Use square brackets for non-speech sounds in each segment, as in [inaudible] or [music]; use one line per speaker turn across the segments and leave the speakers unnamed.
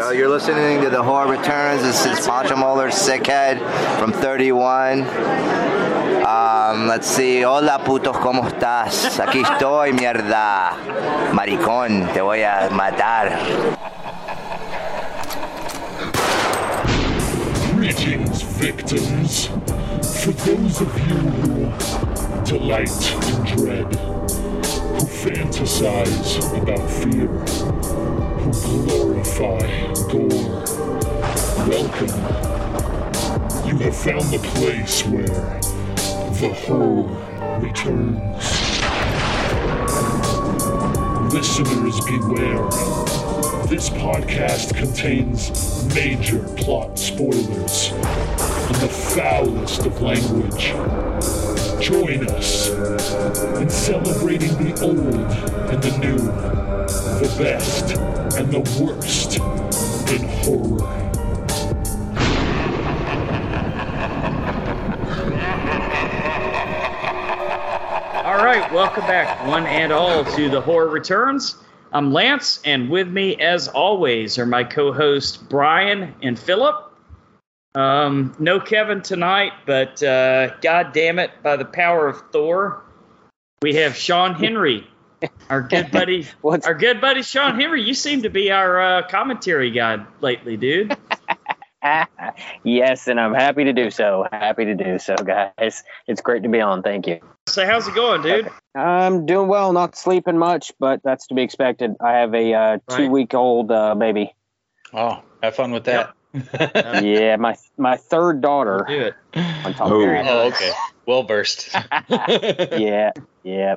Uh, you're listening to The Horror Returns. This is Pancho Moller, Sickhead from 31. Um, let's see. Hola, putos, ¿cómo estás? Aquí estoy, mierda. Maricón, te voy a matar.
Greetings, victims. For those of you who delight in dread, who fantasize about fear, who glorify gore, welcome. You have found the place where the horror returns. Listeners, beware. This podcast contains major plot spoilers in the foulest of language. Join us in celebrating the old and the new, the best and the worst in horror.
All right, welcome back, one and all, to The Horror Returns. I'm Lance, and with me, as always, are my co hosts, Brian and Philip. Um, no Kevin tonight, but uh, God damn it, by the power of Thor, we have Sean Henry. Our good [laughs] buddy,
What's-
our good buddy Sean Henry. You seem to be our uh, commentary guy lately, dude.
[laughs] yes, and I'm happy to do so. Happy to do so, guys. It's great to be on. Thank you.
So how's it going, dude?
I'm doing well, not sleeping much, but that's to be expected. I have a uh,
Right.
two week old uh, baby.
Oh, have fun with that.
Yeah, my my third daughter.
[laughs] Do it.
On top
Oh.
of that.
oh, okay.
[laughs]
Well burst.
Yeah, yeah.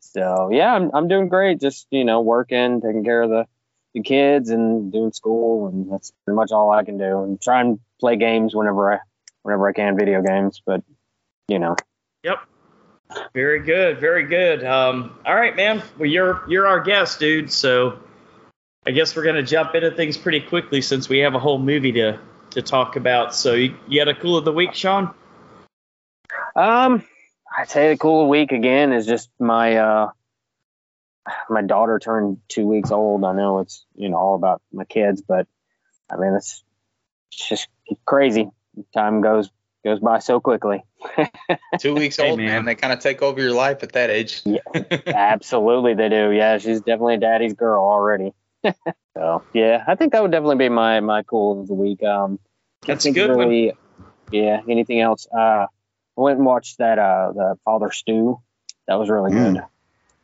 So yeah, I'm I'm doing great. Just you know, working, taking care of the the kids, and doing school, and that's pretty much all I can do. And try and play games whenever I whenever I can, video games. But you know,
Very good, very good. Um, all right, man. Well, you're you're our guest, dude. So I guess we're gonna jump into things pretty quickly since we have a whole movie to to talk about. So you, you had a cool of the week, Sean.
Um, I'd say the cool week again is just my uh my daughter turned two weeks old. I know it's you know all about my kids, but I mean it's, it's just crazy. Time goes goes by
[laughs]
so quickly.
Two weeks
Hey,
old,
man.
man. They kind of take over your life at that age.
Absolutely, they do. Yeah, she's definitely a daddy's girl already. [laughs] so yeah, I think that would definitely be my my cool of the week. Um, I
That's a
think
good one.
really- Yeah. Anything else? Uh, I went and watched that uh the Father Stew. That was really
Mm.
good.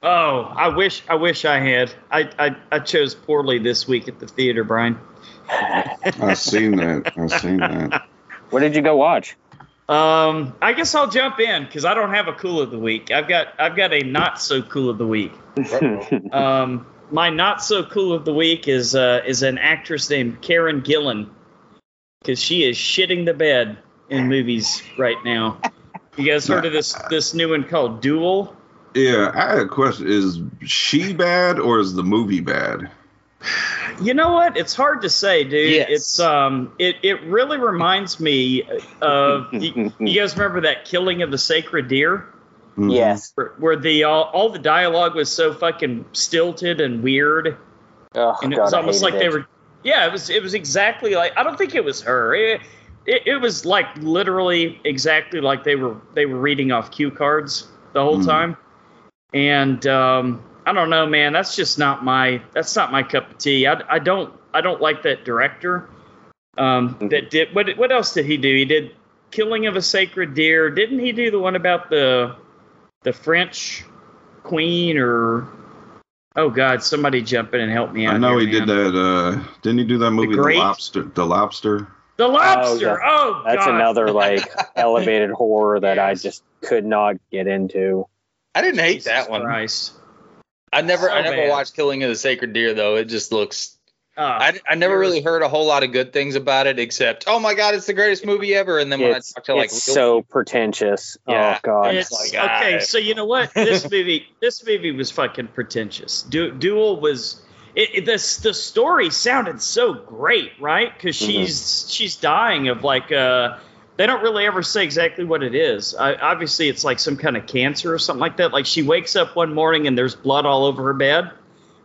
Oh, I wish I wish I had. I, I I chose poorly this week at the theater, Brian.
I've seen that. I've seen that.
What did you go watch?
Um, I guess I'll jump in because I don't have a cool of the week. I've got I've got a not so cool of the week. Um, my not so cool of the week is uh, is an actress named Karen Gillan because she is shitting the bed in movies right now. You guys heard of this this new one called Duel?
Yeah, I had a question. Is she bad or is the movie bad?
You know what? It's hard to say, dude.
Yes.
It's um, it it really reminds me of you, you guys remember that Killing of the Sacred Deer,
Mm-hmm.
Mhm.
Yes.
where, where the all, all the dialogue was so fucking stilted and weird.
Oh,
and it
God,
was
I
almost like
hated
they
it.
were yeah it was it was exactly like i don't think it was her it, it, it was like literally exactly like they were they were reading off cue cards the whole
Hmm.
time and um i don't know man that's just not my that's not my cup of tea i, I don't i don't like that director um
Hmm.
that did what what else did he do he did killing of a sacred deer didn't he do the one about the the french queen or oh god somebody jump in and help me out
I know
here,
he
man.
did that. Uh, didn't he do that movie, The,
Great?
Lobster? The Lobster.
The lobster.
yeah.
Oh,
That's
God.
another [laughs] like elevated horror that I
Yes.
just could not get into.
I didn't hate
Jesus
that one.
Christ.
I never,
So
I never
bad.
watched Killing of the Sacred Deer though. It just looks.
Uh,
I, I never
you're-
really heard a whole lot of good things about it, except oh my god, it's the greatest movie ever. And then when
It's,
I talk to like,
it's
real-
so pretentious.
Yeah.
Oh God.
it's,
like, ah.
okay, so you know what? This movie, this movie was fucking pretentious. Du- Duel was. It, it, this the story sounded so great, right? Because
Mhm.
she's she's dying of like uh, they don't really ever say exactly what it is. I, obviously, it's like some kind of cancer or something like that. Like she wakes up one morning and there's blood all over her bed,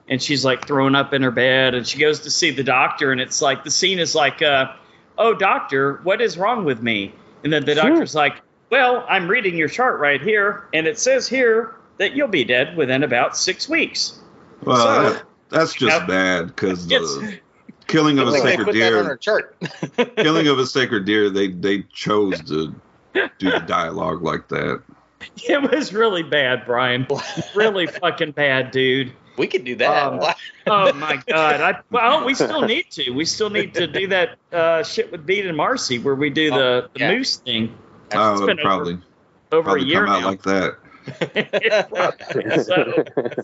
and she's like thrown up in her bed and she goes to see the doctor and it's like the scene is like uh, oh doctor what is wrong with me and then the
Sure.
doctor's like well i'm reading your chart right here and it says here that you'll be dead within about six weeks
Well,
So-
that, that's just
Yep.
bad because
It's-
the killing of a
Like they
sacred
put that on her
deer,
chart. [laughs]
killing of a sacred deer, they they chose to do the dialogue like that.
[laughs] it was really bad brian really [laughs] fucking bad dude
we could do that.
Um, oh my god i well we [laughs] still need to we still need to do that uh, shit with beat and marcy where we do the, the
yeah.
moose thing
Oh,
been
it'll probably
over a
probably
year
come out
now
like that.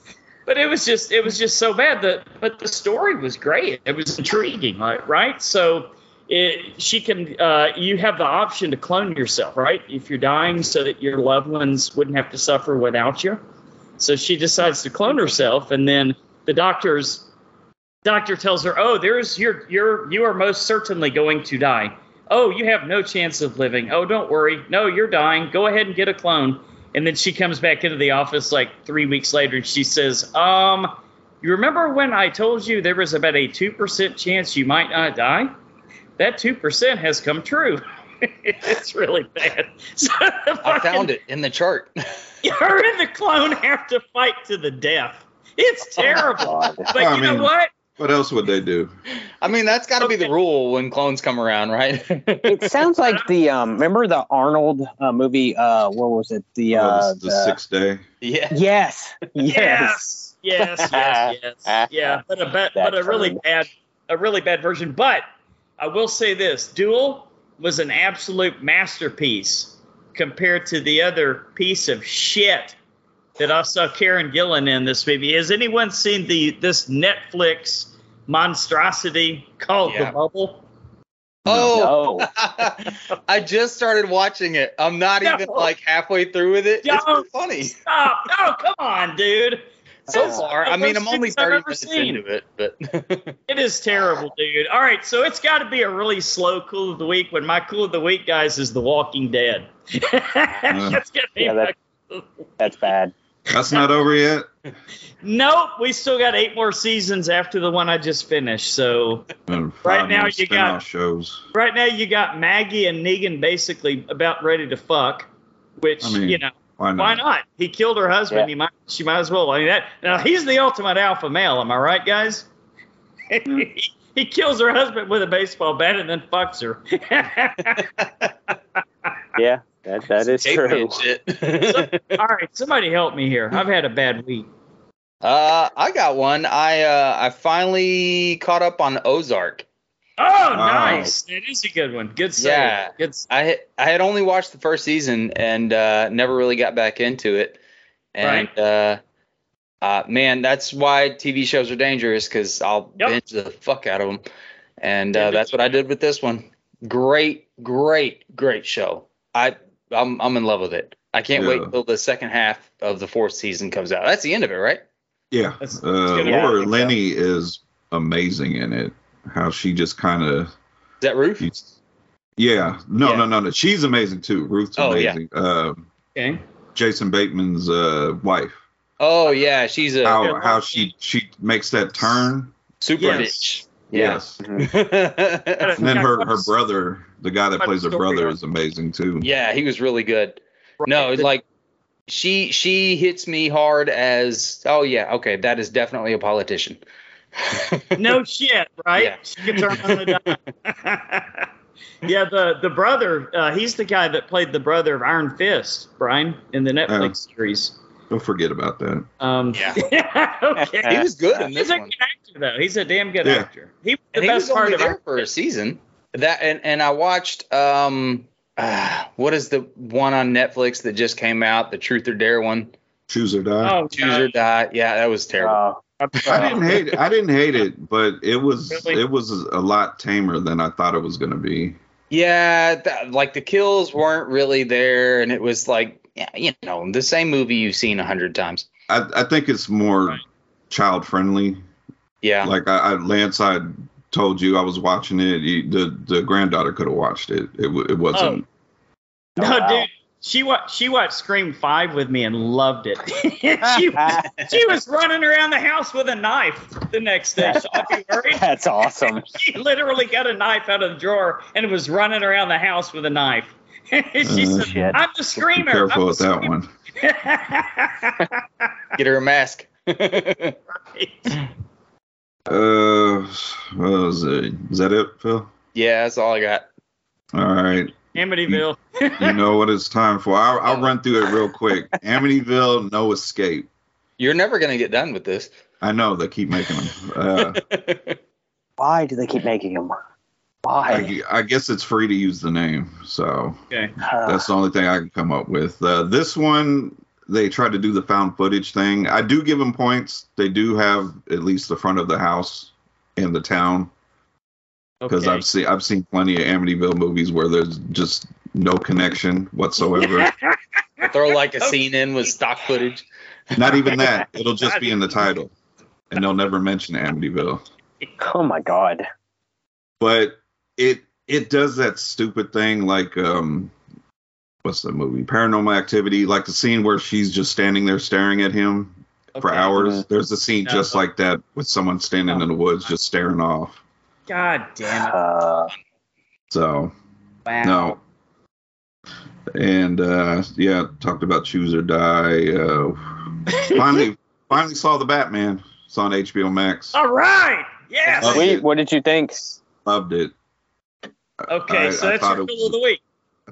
[laughs] So- but it was just it was just so bad that but the story was great it was intriguing like right so it, she can uh, you have the option to clone yourself right if you're dying so that your loved ones wouldn't have to suffer without you so she decides to clone herself and then the doctor's doctor tells her oh there's your your you are most certainly going to die oh you have no chance of living oh don't worry no you're dying go ahead and get a clone and then she comes back into the office like three weeks later and she says, Um, you remember when I told you there was about a 2% chance you might not die? That 2% has come true. [laughs] it's really bad. [laughs] So the
I
fucking-
found it in the chart. [laughs]
Her and the clone have to fight to the death. It's
[laughs]
terrible.
God.
but
I
you know
mean-
what?
What else would they do?
I mean, that's got to be the
Okay.
rule when clones come around, right? [laughs]
It sounds like the um. Remember the Arnold uh, movie? Uh, what was it? The
Oh,
uh,
the, the sixth day.
yeah.
Yes. Yes.
Yes. Yes, yes, yes. yeah, but a bad, but a
That
really
turn.
bad a really bad version. But I will say this, Duel was an absolute masterpiece compared to the other piece of shit that I saw Karen Gillan in this movie. Has anyone seen the this Netflix monstrosity called
Yeah.
The Bubble?
Oh.
No.
[laughs] I just started watching it. I'm not
No.
even like halfway through with it. It's
Don't.
been funny
Stop! Oh, come on, dude.
so
It's
far.
one
I
of
mean,
those
I'm only
things I've
30
ever
minutes
seen.
into it, but
It is terrible, dude. All right, so it's got to be a really slow cool of the week. When my cool of the week, guys, is The Walking
[laughs]
Dead. [laughs] That's gonna be
Yeah,
my-
that- That's bad.
That's not over yet.
nope, we still got eight more seasons after the one I just finished.
[laughs]
So
And five
Right now
more
you got-
spin-off shows.
right now you got Maggie and Negan basically about ready to fuck, which
I mean,
you know
Why not?
why not? He killed her husband.
Yeah.
He might she might as well. I mean that now he's the ultimate alpha male. Am I right, guys? [laughs] he kills her husband with a baseball bat and then fucks her. [laughs]
Yeah. That [laughs] that is true.
Caveman shit.
[laughs]
All right, somebody help me here. I've had a bad week.
[laughs] uh, I got one. I uh, I finally caught up on Ozark.
Oh, nice. That is a good one. Good save.
Yeah.
Good s-
I had- I had only watched the first season and uh, never really got back into it. And uh, uh, man, that's why TV shows are dangerous because I'll
Yep.
binge the fuck out of them. And
Yeah,
uh,
dude.
that's what I did with this one. Great, great, great show. I I'm I'm in love with it. I can't
Yeah.
wait till the second half of the fourth season comes out. That's the end of it, right?
Yeah.
That's- that's
Uh,
good.
Yeah, I
Laura
think so.
Lenny is amazing in it. How she just kind of
Is that Roof?
She's, yeah, no,
Yeah.
no, no, no. She's amazing too. Ruth's
Oh, yeah.
amazing. Uh,
Okay.
Jason Bateman's uh, wife.
Oh yeah, she's a
How how she she makes that turn.
super
Yes.
bitch.
Yes.
Yeah. [laughs]
And then her her brother, the guy that
Got a
plays her
story
brother,
on.
is amazing too.
yeah, he was really good. No, it's like she she hits me hard as oh yeah, okay, that is definitely a politician.
no shit, right?
Yeah.
She could turn on the dime. [laughs] yeah, the the brother. Uh, he's the guy that played the brother of Iron Fist, Brian, in the Netflix
Oh.
series.
Don't forget about that.
Um,
Yeah.
[laughs] okay.
he was good in
He's
this
a
one.
good actor, though. He's a damn good
Yeah.
actor. He was the
And he
best
was
part
only
of
there
Iron
for a season. That and and I watched um uh, what is the one on Netflix that just came out, the Truth or Dare one?
Choose or die.
Oh,
Choose or Die. Yeah, that was terrible.
Uh,
Uh, I didn't hate it. I didn't hate it, but it was
Really?
it was a lot tamer than I thought it was going to be.
Yeah, th- like the kills weren't really there, and it was like, yeah, you know, the same movie you've seen a hundred times.
I I think it's more
Right.
child friendly.
Yeah,
Like I, I Lance, I told you I was watching it. You, the the granddaughter could have watched it. It wa- it wasn't.
Oh,
No,
wow.
dude. She watched she watched Scream Five with me and loved it. [laughs]
[laughs]
she, she was running around the house with a knife the next day. So I'll be
[laughs]
worried.
[laughs] That's awesome.
she literally got a knife out of the drawer and was running around the house with a knife. [laughs] she said,
shit.
"I'm the
Oh, Be
screamer."
careful
I'm
with that
the
one. [laughs]
screamer."
Get her a mask. [laughs]
Uh, what was it? Is that it, Phil?
yeah, that's all I got.
All right.
[laughs] Amityville.
You know what it's time for. I'll, I'll run through it real quick. Amityville, No Escape.
You're never gonna get done with this.
I know they keep making them. Uh,
Why do they keep making them? Why?
I, I guess it's free to use the name, so
Uh,
that's the only thing I can come up with. Uh, this one, they tried to do the found footage thing. I do give them points. They do have at least the front of the house in the town because
Okay.
I've seen I've seen plenty of Amityville movies where there's just no connection whatsoever. [laughs]
Throw like a
[laughs] Oh.
scene in with stock footage.
Not even that. It'll just be in the title, and they'll never mention Amityville.
oh my god.
but it it does that stupid thing like um what's the movie paranormal activity like the scene where she's just standing there staring at him for
Okay.
hours there's a scene
No.
just like that with someone standing in the woods just staring off
God damn it!
Uh,
so
Wow.
no and uh yeah talked about choose or die uh finally finally saw the batman it's on hbo max
All right. Yes.
Oh,
Sweet. What did you think?
loved it
Okay,
I-
so
I
that's
thought
your
it
fill
was-
of the week.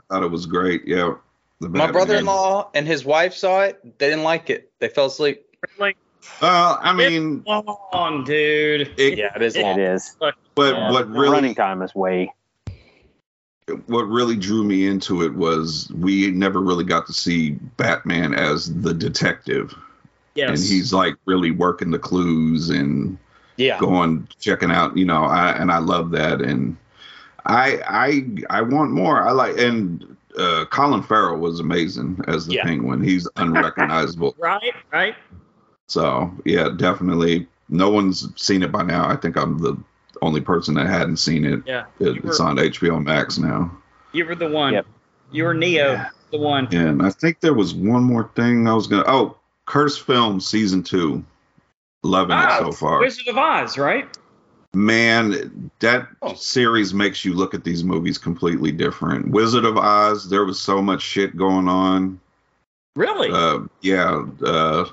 thought it was great yeah The
My
Batman.
brother-in-law and his wife saw it. They didn't like it. They fell asleep.
Like,
well i mean
come on, dude.
It-
Yeah, it is
It
long.
is.
But
Yeah,
what
the
really
running time is way.
what really drew me into it was we never really got to see Batman as the detective,
Yes.
and he's like really working the clues and
Yeah.
going checking out. You know, I and I love that, and I I I want more. I like and uh, Colin Farrell was amazing as the
Yeah.
Penguin.
[laughs]
He's unrecognizable.
right, right.
so yeah, definitely. No one's seen it by now. I think I'm the only person that hadn't seen it.
Yeah.
It-
You
it's
were-
on HBO Max now.
You were the one.
Yep.
You were Neo,
Yeah.
the one.
And I think there was one more thing I was gonna. Oh, Curse Film Season Two, loving it so far.
Ah, Wizard of Oz, right?
Man, that
Oh.
series makes you look at these movies completely different. Wizard of Oz, there was so much shit going on.
Really?
Uh, yeah, uh,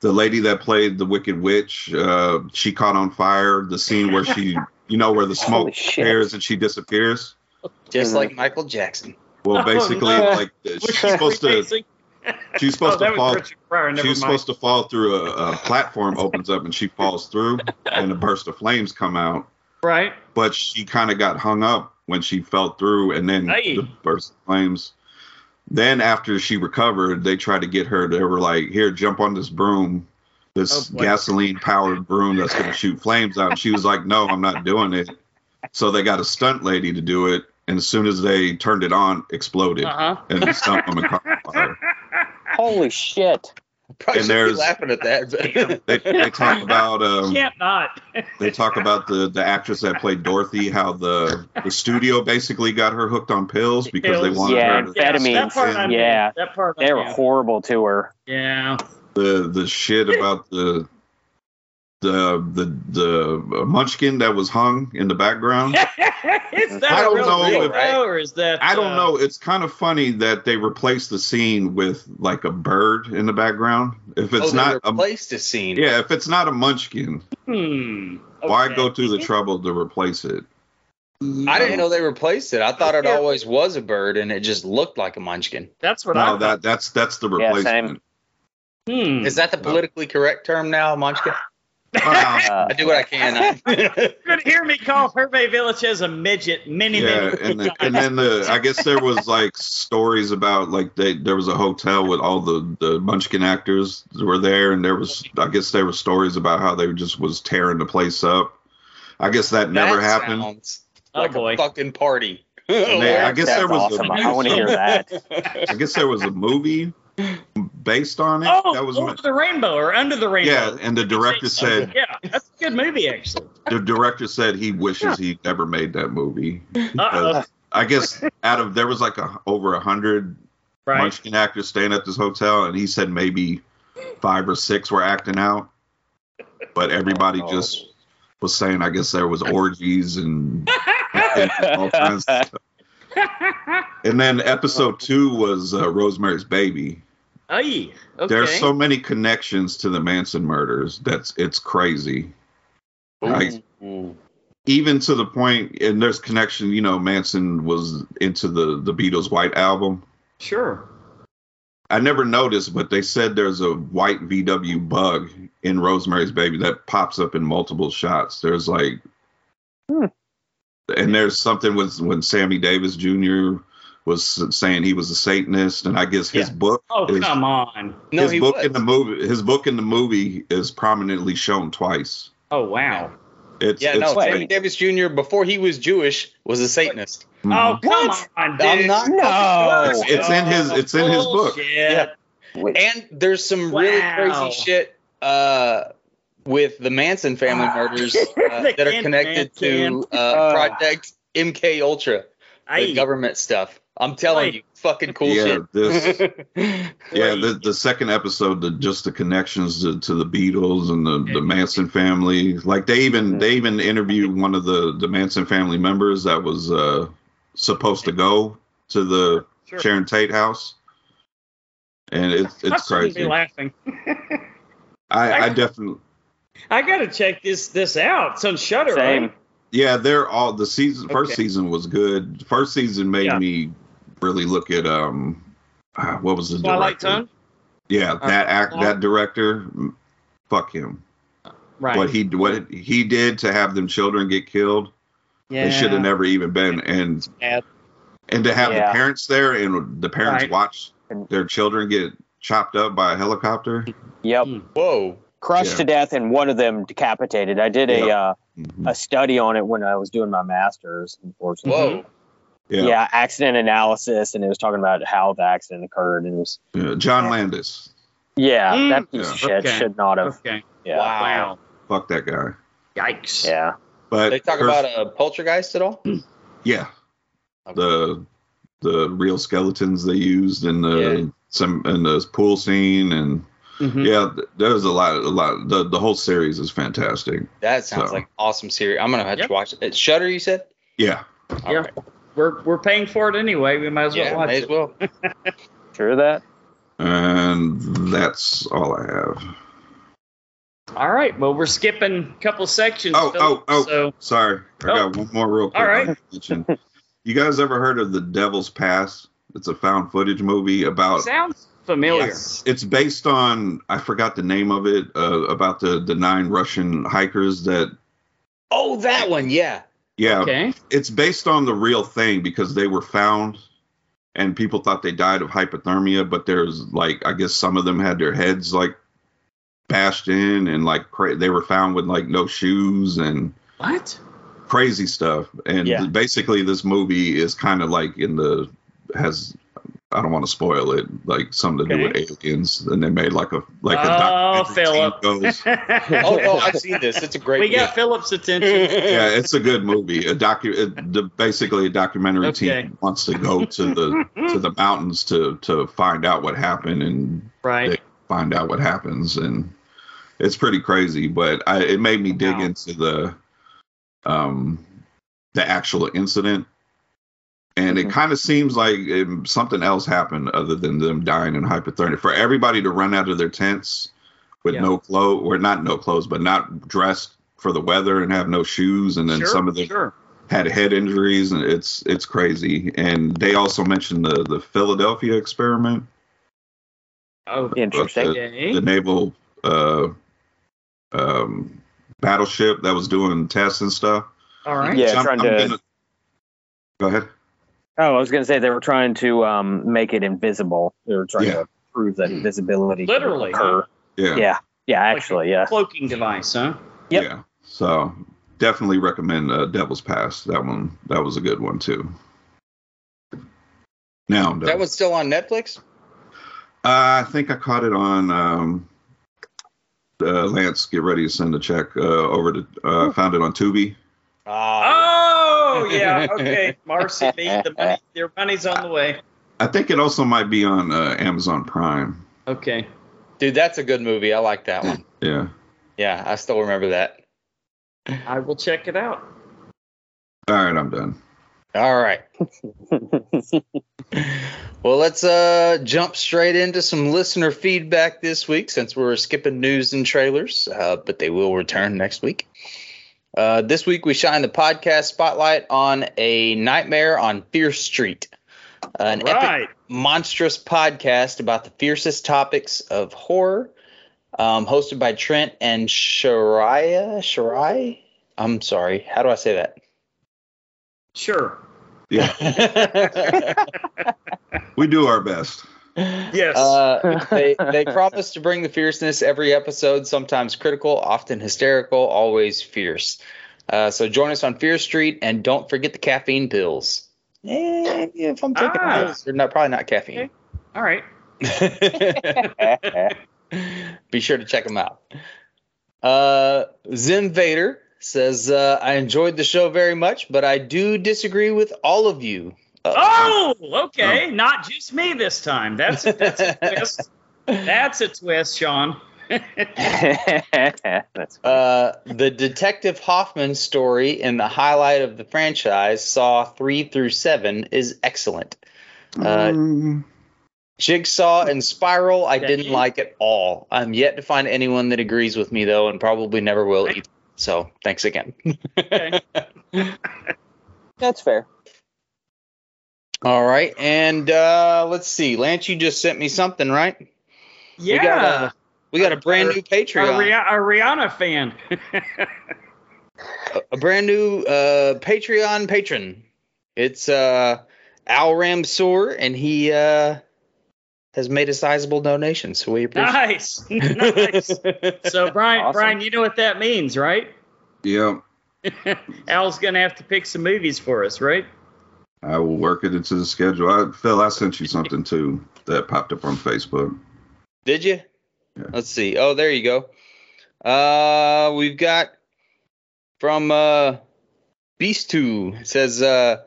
the lady that played the Wicked Witch, uh, she caught on fire. The scene
[laughs]
where she, you know, where the
Holy
smoke
shit.
appears and she disappears.
Just
Mm-hmm.
Mhm.
like Michael Jackson. [laughs]
Well,
Oh,
basically,
no. [laughs]
like she's supposed to,
Amazing.
she's supposed
oh, that
to
was
fall
Richard Pryor. Never
she was
mind.
supposed to fall through a, a platform opens up and she falls through and a burst of flames come out
right.
but she kind of got hung up when she fell through and then
Hey.
the burst of flames then after she recovered they tried to get her they were like here jump on this broom this
Oh, boy.
gasoline powered broom that's going to shoot flames out and she was like no i'm not doing it so they got a stunt lady to do it and as soon as they turned it on exploded
Uh huh.
and the stunt woman caught on fire
Holy shit.
Probably
And
should be
there's-
laughing at
[laughs]
that.
they, they talk about um,
Can't not.
they talk about the the actress that played Dorothy, how the the studio basically got her hooked on pills because they
Pills.
wanted
Yeah,
her to,
Yes, that
Amphetamines,
part I knew.
yeah.
That part I
They were
knew.
horrible to her.
Yeah. [laughs]
the the shit about the the the the munchkin that was hung in the background.
is that
I
a
don't
real
know
thing,
if-
though, or is that?
I don't
uh,
know. It's kind of funny that they replaced the scene with like a bird in the background. If
But
it's not a
Oh, replaced a scene.
yeah, if it's not a munchkin,
Hmm.
why
okay.
go through the trouble to replace it?
I didn't know they replaced it. I thought it
Yeah.
always was a bird, and it just looked like a munchkin.
That's what I
No,
thought.
that that's that's the
Yeah, same.
replacement.
Hmm.
Is that the politically correct term now, munchkin?
Wow.
Uh,
I do what
[laughs]
I can. I-
You could hear me call Hervé Village as a midget many,
yeah,
many
and then, and then the I guess there was like stories about like they there was a hotel with all the the Munchkin actors were there, and there was I guess there were stories about how they just was tearing the place up. I guess that never
That
happened.
sounds
Oh,
like
boy.
a fucking party. [laughs]
And they- I guess
That's
there was
awesome.
a,
I want to hear that.
I guess there was a movie based on it.
Oh,
that was
over the rainbow or under the rainbow.
yeah, and the director said
Yeah, that's a good movie actually.
the director said he wishes he never made [laughs] that movie.
Uh-oh.
I guess out of there was like a over a hundred
Right.
Munchkin actors staying at this hotel, and he said maybe five or six were acting out, but everybody
Oh.
just was saying, I guess there was orgies and, [laughs] and all kinds of stuff. And then episode two was uh, Rosemary's Baby.
Aye. Okay.
There's so many connections to the Manson murders. That's it's crazy. Right.
Ooh.
Even to the point, and there's connection. You know, Manson was into the the Beatles' White Album.
sure.
I never noticed, but they said there's a white VW bug in Rosemary's Baby that pops up in multiple shots. There's like,
Hmm.
and there's something with when Sammy Davis Jr. was saying he was a Satanist, and I guess his
Yeah.
book
Oh
is
come on.
No,
his
he
book
was.
in the movie his book in the movie is prominently shown twice.
Oh wow.
Mm-hmm. It's
yeah,
it's
no,
Wait.
Sammy Davis Jr. before he was Jewish was a Satanist.
Mhm.
Oh come
What?
on, dude. Oh,
I'm not.
No.
fucking
It's in his- it's in his book.
Bullshit.
Yeah. And there's some really
Wow.
crazy shit uh, with the Manson family
[laughs]
murders uh,
Ah. The
that are
Candyman
connected to uh,
Ah.
Uh.
Project MK Ultra, the
Aye.
government stuff. I'm telling you, fucking cool
yeah,
shit.
this yeah,
Wait.
the, the second episode, the just the connections to, to the Beatles and the,
Yeah.
the Manson family. Like they even
Yeah.
they even interviewed one of the the Manson family members that was uh, supposed to go to the
Sure.
Sharon Tate house, and it's
I
it's
shouldn't Be
crazy.
laughing.
I, I
I-
definitely
I gotta check this this out. It's on Shutter.
Same.
Right?
yeah, they're all the season. First
Okay.
season was good. First season made
Yeah.
me really look at um. Uh, what was the
Twilight
director?
Zone. Uh, uh-huh.
Yeah, that act,
Twilight-
that director, mm, fuck him.
Right.
what he what he did to have them children get killed
yeah.
they should have never even been and
Bad.
and to have
Yeah.
the parents there and the parents
Right.
watch their children get chopped up by a helicopter
Uh,
Yep.
Whoa.
Mm-hmm.
Crushed
Yeah.
to death and one of them decapitated. I did a
Yep.
uh,
Mm-hmm.
a study on it when I was doing my master's, unfortunately.
Whoa.
Yeah.
Yeah. accident analysis, and it was talking about how the accident occurred, and it was
Yeah, john landis
yeah,
Mm.
that piece of
Yeah.
shit
Okay.
should not have.
Okay.
Yeah,
Wow.
Wow.
fuck that guy
Yikes.
yeah,
but
They talk
her-
about a poltergeist at all?
yeah the the real skeletons they used in the
Yeah.
some in the pool scene and
Mm-hmm.
Mhm.
yeah th- there's a lot a lot the, the whole series is fantastic
That sounds
So.
like an awesome series. I'm gonna have
Yep.
to watch it. It's Shutter, you said?
yeah
All
Yeah.
right.
We're we're paying for it anyway. We might as well
Yeah,
watch
may
it.
as well.
sure that.
and that's all i have
All right. Well, we're skipping a couple sections.
Oh,
Philip,
oh, oh.
So
Sorry, I
Oh.
got one more real quick.
All right.
I mentioned. You guys ever heard of The Devil's Pass? It's a found footage movie about.
sounds familiar.
Yes.
It's based on I forgot the name of it uh, about the the nine Russian hikers that
Oh, that one,
[laughs]
yeah.
yeah
Okay.
it's based on the real thing because they were found and people thought they died of hypothermia but there's like I guess some of them had their heads like bashed in and like cra- they were found with like no shoes and
What?
crazy stuff and
Yeah.
basically this movie is kind of like in the has i don't want to spoil it like something to
Okay.
do with aliens and they made like a like a
Oh,
documentary
Philip. [laughs]
team goes-
Oh no, I've seen this. It's a great
we got
movie.
Philip's attention.
yeah it's a good movie a docu it- the, basically a documentary
Okay.
team wants to go to the to the mountains to to find out what happened and
right.
find out what happens and it's pretty crazy but i it made me dig
Wow.
into the um the actual incident and it
Mhm.
Mm-hmm.
kind of seems like um something else happened other than them dying in hypothermia for everybody to run out of their tents with
Yeah.
no clothes or not no clothes but not dressed for the weather and have no shoes and then
sure,
some of them
Sure.
had head injuries and it's it's crazy and they also mentioned the the philadelphia experiment
Oh,
Interesting.
okay.
the naval uh, um, battleship that was doing tests and stuff.
All right.
Yeah,
So
trying to-
gonna- Go ahead.
Oh, I was gonna say they were trying to um, make it invisible. They were trying
Yeah.
to prove that invisibility could
Literally,
occur.
Yeah.
Yeah. Yeah, actually, yeah.
Cloaking device, huh?
Yep.
Yeah. So definitely recommend uh, Devil's Pass. That one. That was a good one too. Now I'm done.
That was still on Netflix?
Uh, I think I caught it on. Um, uh, Lance, get ready to send a check uh, over to. Uh, found it on Tubi.
Ah,
[laughs] Oh yeah. Okay. Marcy, made the money. Their money's on the way.
I think it also might be on uh, Amazon Prime.
Okay.
Dude, that's a good movie. I like that one.
Yeah.
Yeah, I still remember that.
I will check it out.
All right, I'm done.
All right. well, let's uh, jump straight into some listener feedback this week since we're skipping news and trailers, uh, but they will return next week. Uh, this week, we shine the podcast spotlight on A Nightmare on Fierce Street, an
Right.
epic, monstrous podcast about the fiercest topics of horror, um, hosted by Trent and Shariah. Shariah? I'm sorry. How do I say that?
Sure.
We do our best.
Yes.
Uh, they, they promise to bring the fierceness every episode, sometimes critical, often hysterical, always fierce. Uh, so join us on Fear Street and don't forget the caffeine pills. Eh, if I'm taking
Ah.
pills, they're not, probably not caffeine.
All right.
[laughs] Be sure to check them out. Uh, Zim Vader says, uh, I enjoyed the show very much, but I do disagree with all of you.
Oh, okay. Not just me this time. That's that's
[laughs]
a twist. That's a twist, Sean.
That's
Uh, the Detective Hoffman story in the highlight of the franchise, Saw 3 through 7, is excellent. Uh, Jigsaw and Spiral, I didn't like at all. I'm yet to find anyone that agrees with me, though, and probably never will either. So thanks again. [laughs]
Okay.
that's fair.
All right. And uh, let's see. Lance, you just sent me something, right?
Yeah.
got, uh, We got a brand new
a,
Patreon.
Rih- a Rihanna fan. [laughs]
a brand new uh, Patreon patron. It's uh, Al Ramsour, and he uh, has made a sizable donation, so we appreciate
nice.
[laughs]
nice. [laughs] So Brian,
Awesome.
Brian, you know what that means, right?
Yeah.
Al's gonna have to pick some movies for us, right?
I will work it into the schedule. I, Phil, I sent you something too that popped up on Facebook.
Did you?
Yeah.
Let's see. Oh, there you go. Uh, we've got from uh, Beast Two It says. Uh,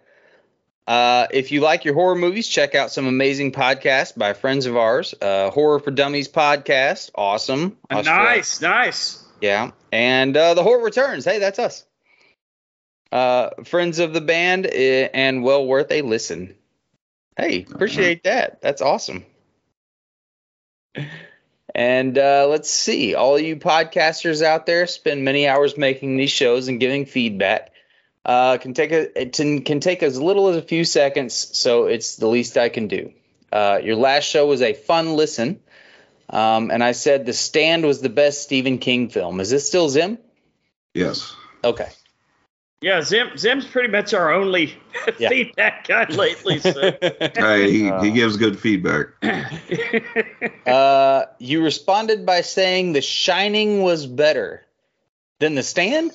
uh, if you like your horror movies, check out some amazing podcasts by friends of ours. Uh, Horror for Dummies podcast, awesome. Australia-
Nice, nice.
Yeah, and uh, the horror returns. Hey, that's us. Uh, friends of the band eh, and well worth a listen. Hey, appreciate that. That's awesome. And uh, let's see, all you podcasters out there spend many hours making these shows and giving feedback. Uh, can take a, it can, can take as little as a few seconds, so it's the least I can do. Uh, your last show was a fun listen. Um, and I said The Stand was the best Stephen King film. Is this still Zim?
[laughs]
Yes.
Okay.
Yeah, Zim Zim's pretty much our only [laughs]
Yeah.
feedback guy lately.
[laughs]
So.
Hey, he,
Uh.
he gives good feedback.
uh, you responded by saying The Shining was better than The Stand?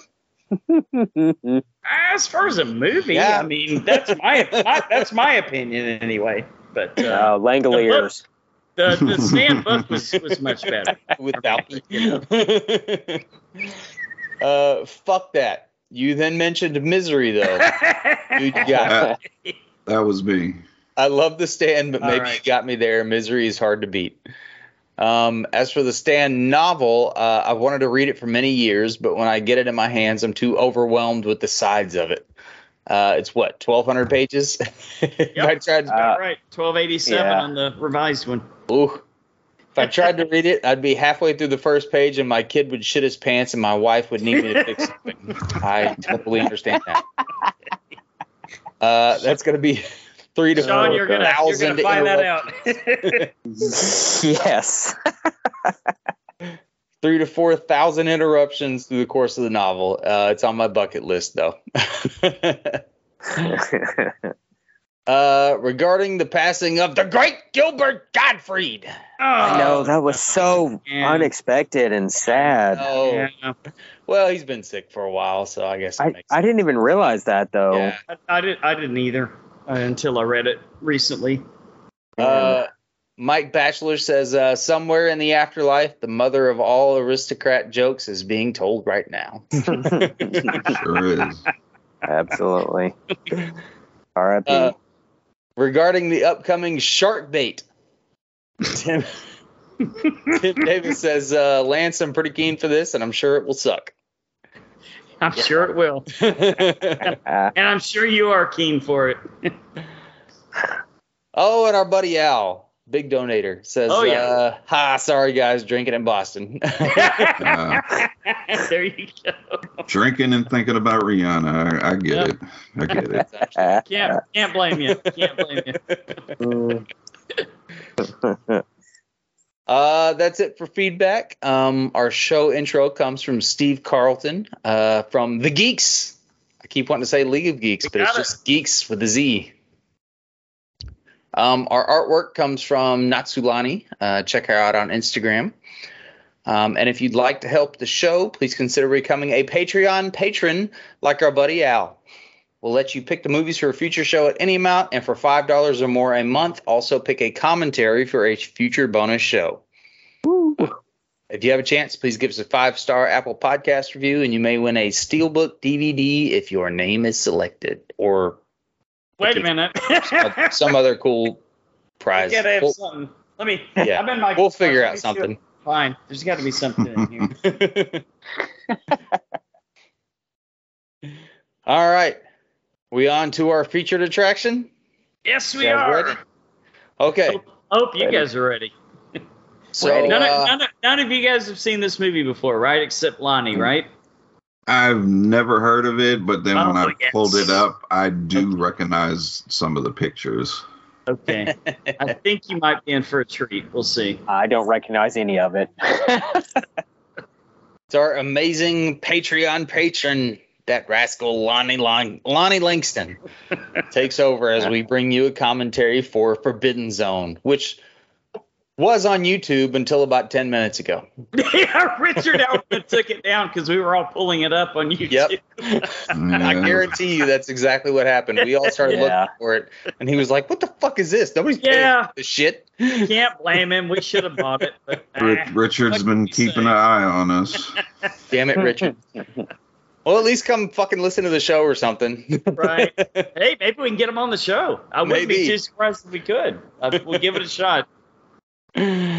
as far as a movie,
Yeah.
I mean that's my, my that's my opinion anyway. But uh,
[laughs] Uh, Langoliers.
the the Stan book was was much better.
Without me. uh, fuck that. You then mentioned Misery, though. Dude, you got me.
That, that was me.
I love the stand, but
All
maybe
right.
you got me there. Misery is hard to beat. Um, as for the stand novel, uh, I've wanted to read it for many years, but when I get it in my hands, I'm too overwhelmed with the sides of it. Uh, it's what 1,200 pages. [laughs] if I tried,
Uh,
[laughs] All right, twelve eighty seven
yeah.
on the revised one.
ooh, if I tried to read it, I'd be halfway through the first page, and my kid would shit his pants, and my wife would need me
[laughs]
to fix something. I totally understand that. Uh, that's gonna be [laughs] three to
Sean,
four
you're gonna you're
thousand
gonna find that
interruptions.
out.
Uh, [laughs] yes.
three to four thousand interruptions through the course of the novel. Uh, it's on my bucket list, though. [laughs] uh, regarding the passing of the great Gilbert Gottfried. [laughs]
[laughs]
I
Oh.
know that was so
Uh, Yeah.
unexpected and sad.
Oh,
Yeah,
well, he's been sick for a while, so I guess it
I,
makes
I didn't even realize that though.
Yeah.
I, I did. I didn't either uh, until I read it recently.
Uh, Mike Batchelor says, uh, "Somewhere in the afterlife, the mother of all aristocrat jokes is being told right now."
[laughs]
Sure is.
[laughs]
Absolutely. R.I.P.
Uh, regarding the upcoming Shark Bait. Tim, Tim Davis says, uh, Lance, I'm pretty keen for this, and I'm sure it will suck. [laughs]
I'm sure it will. And I'm sure you are keen for
[laughs]
it.
oh, and our buddy Al, big donator, says,
Oh, yeah.
uh, "Hi, sorry guys, drinking in Boston." [laughs]
Uh,
[laughs] there you go.
drinking and thinking about Rihanna. I, I get it. I get it.
Can't can't blame you. Can't blame you.
Mm.
Uh, that's it for feedback. Um, our show intro comes from Steve Carlton uh, from The Geeks. I keep wanting to say League of Geeks,
You
but it's
got it.
just Geeks with a Z. Um, our artwork comes from Natsulani. Uh, check her out on Instagram. Um, and if you'd like to help the show, please consider becoming a Patreon patron like our buddy Al. We'll let you pick the movies for a future show at any amount, and for $5 or more a month, also pick a commentary for a future bonus show. If you have a chance, please give us a five star Apple Podcast review, and you may win a Steelbook DVD if your name is selected,
[laughs]
or
Wait a
[laughs]
minute. I
some other cool prize.
gotta have
We'll,
something. Let me.
Yeah.
I'm in my.
we'll figure
let
out
me see
something.
what- Fine. There's got to be something in
[laughs]
here. [laughs]
All right, we on to our featured attraction.
yes, we
Guys
are.
ready? Okay,
I hope you
Ready.
guys are ready.
so
Ready.
None,
uh,
of, none, of, none of you guys have seen this movie before, right? Except Lonnie, right?
I've never heard of it, but then when
Oh,
I
yes.
pulled it up, I
[laughs]
do recognize some of the pictures.
Okay.
[laughs]
I think you might be in for a treat. We'll see. [laughs]
I don't recognize any of it.
it's our amazing Patreon patron, that rascal Lonnie Long- Lonnie Langston, takes over as we bring you a commentary for Forbidden Zone, which was on YouTube until about ten minutes ago.
yeah, Richard Elman took it down because we were all pulling it up on YouTube.
Yep. I
Yeah.
guarantee you that's exactly what happened. We all started
Yeah.
looking for it, and he was like, "What the fuck is this? Nobody's paying
Yeah.
for this shit."
Can't blame him. We should have bought it. But,
[laughs]
Rich-
ah,
Richard's been
What did you
keeping
say?
an eye
[laughs]
on us.
Damn it, Richard. well, at least come fucking listen to the show or something. [laughs]
right. Hey, maybe we can get him on the show. I wouldn't
Maybe.
be too surprised if we could. Uh, we'll give it a
[laughs]
shot. [laughs]
[sighs]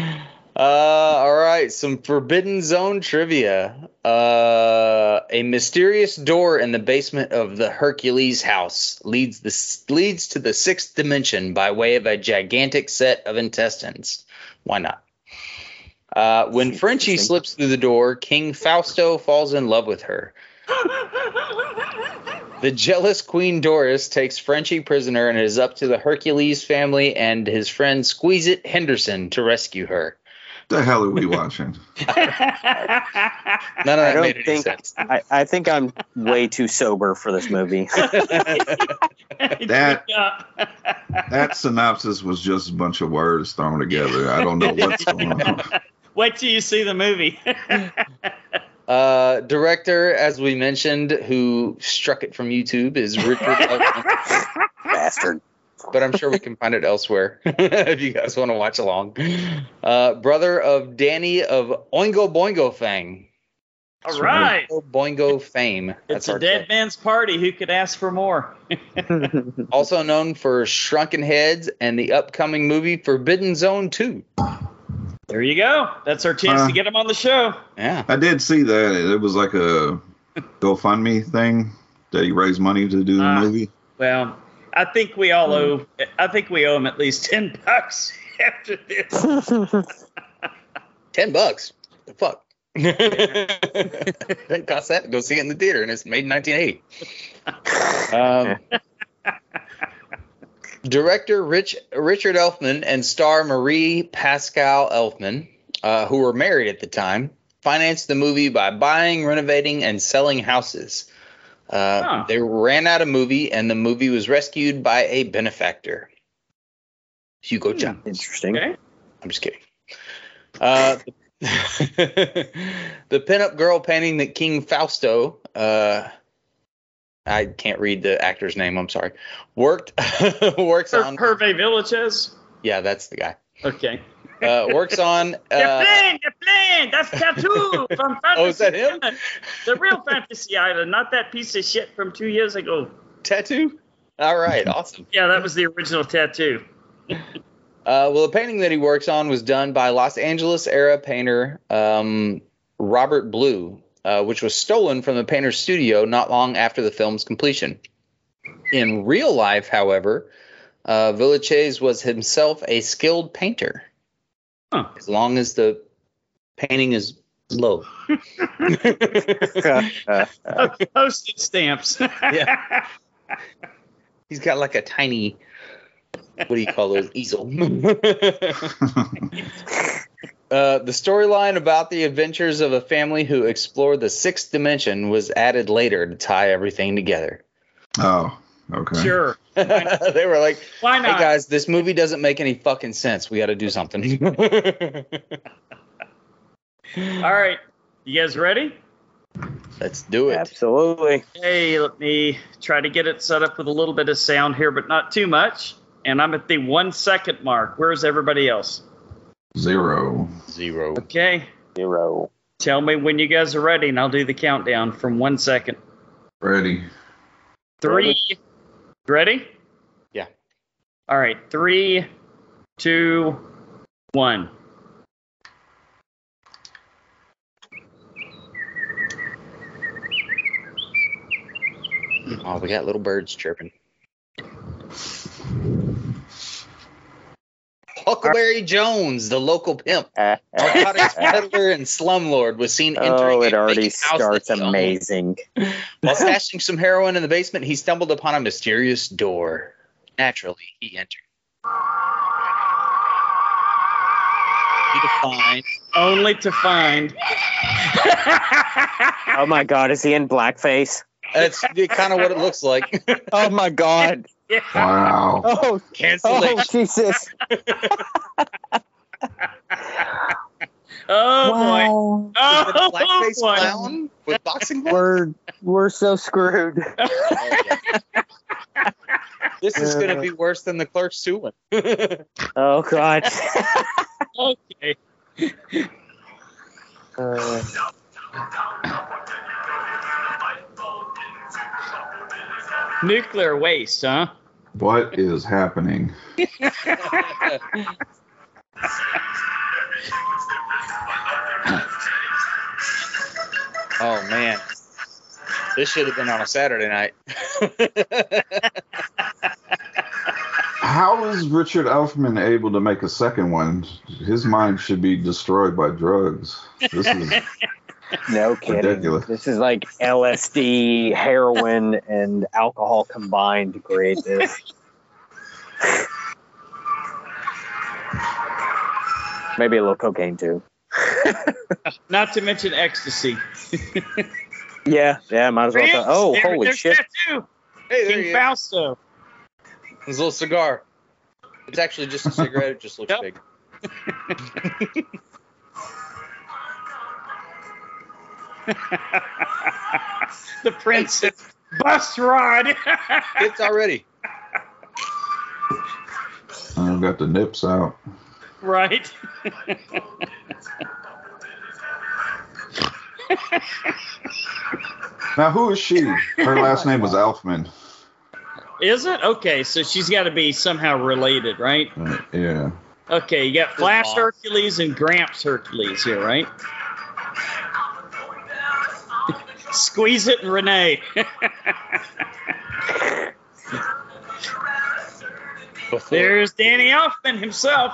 Uh, all right, some Forbidden Zone trivia. Uh, a mysterious door in the basement of the Hercules house leads the leads to the sixth dimension by way of a gigantic set of intestines. Why not? Uh, when
Seems
Frenchie
interesting.
slips through the door, King Fausto falls in love with her. The jealous Queen Doris takes Frenchie prisoner, and it is up to the Hercules family and his friend Squeeze It Henderson to rescue her.
the hell are we watching?
None of
I
that
don't
made any
think-
sense.
I, I think I'm way too sober for this movie.
That-
Yeah.
That synopsis was just a bunch of words thrown together. I don't know
[laughs]
what's going on.
Wait till you see the movie. [laughs]
Uh, director, as we mentioned, who struck it from YouTube is Richard,
[laughs]
Elfman,
Bastard.
but I'm sure we can find it elsewhere [laughs] if you guys want to watch along. Uh, brother of Danny of Oingo Boingo Fang.
All right.
Oingo Boingo fame.
It's
our
a dead man's party. Who could ask for more?
title. Also known for Shrunken Heads and the upcoming movie Forbidden Zone 2.
There you go. That's our chance
Uh.
to get him on the show.
Yeah.
I did see that. It was like a GoFundMe thing that he raised money to do the
Ah.
movie.
Well, I think we all
Hmm.
owe. I think we owe him at least ten [laughs] bucks after this.
10 bucks. The fuck. that cost that to go see it in the theater, and it's made in 1980. Um, director Rich Richard Elfman and star Marie Pascal Elfman, uh, who were married at the time, financed the movie by buying, renovating, and selling houses. Uh,
Huh.
They ran out of movie, and the movie was rescued by a benefactor. Hugo Chavez.
Interesting.
Okay.
I'm just kidding. Uh, the [laughs] pinup girl painting that King Fausto, uh, I can't read the actor's name. I'm sorry. Worked [laughs] works
Her,
on.
Hervé Villachez.
Yeah, that's the guy.
Okay.
Uh,
[laughs]
works on.
they're
Uh,
playing. They're playing. That's
[laughs]
tattoo from Fantasy
Oh, is that him?
Island. The real Fantasy Island, not that piece of shit from two years ago.
tattoo. All right, awesome.
Yeah, that was the original tattoo.
Uh, well, the painting that he works on was done by Los Angeles era painter um, Robert Blue, uh, which was stolen from the painter's studio not long after the film's completion. In real life, however, uh, Villachez was himself a skilled painter,
Huh.
as long as the painting is low.
Postage stamps.
Yeah. He's got like a tiny, what do you call those, easel? Uh, the storyline about the adventures of a family who explore the sixth dimension was added later to tie everything together. [laughs]
oh,
[laughs]
okay.
sure.
they were like,
Why
hey
not?
guys, this movie doesn't make any fucking sense. We got to do something. [laughs]
All right. You guys ready?
Let's do it.
[laughs]
Absolutely.
Hey, let me try to get it set up with a little bit of sound here, but not too much. And I'm at the one second mark. Where's everybody else?
Zero.
Zero.
Okay.
Zero.
Tell me when you guys are ready, and I'll do the countdown from one second.
Ready.
Three. Ready?
Yeah.
All right. Three, two, one.
Oh, we got little birds chirping. Huckleberry Jones, the local pimp,
[laughs]
narcotics peddler, and slumlord, was seen entering
oh, it
a
already
vacant house that
starts
he owned.
amazing. [laughs]
While stashing some heroin in the basement, he stumbled upon a mysterious door. Naturally, he entered. He defined.
Only to find. [laughs]
Oh my God, is he in blackface?
That's kind of what it
[laughs]
looks like.
Oh my God.
Yeah.
Wow.
Oh,
Cancellation.
Jesus.
Oh boy.
wow.
Oh [laughs]
Blackface
boy.
clown with boxing gloves.
We're, we're so screwed.
Oh, yeah. this is going to be worse than the Clerks 2 one.
Oh God.
[laughs] Okay.
Uh,
Nuclear waste, huh?
What is happening?
oh, man. This should have been on a Saturday night.
How is Richard Elfman able to make a second one? His mind should be destroyed by drugs.
[laughs]
This is
no kidding.
Ridiculous.
This is like LSD, heroin, and alcohol combined to create this. Maybe a little cocaine too.
Not to mention ecstasy.
Yeah, yeah, might as well. throw- oh,
There-
holy
there's
shit!
that too.
hey, there
King
you go.
Fausto.
His little cigar. It's actually just a cigarette. It just looks
Yep.
big.
the princess. Bus rod.
It's already.
I got the nips out.
[laughs] right.
Now who is she? Her last name was Elfman.
Is it? Okay, so she's got to be somehow related, right?
Uh, yeah.
Okay, you got Flash
mom.
Hercules and Gramps Hercules here, right? [laughs] Squeeze it and Renee. There's Danny Elfman himself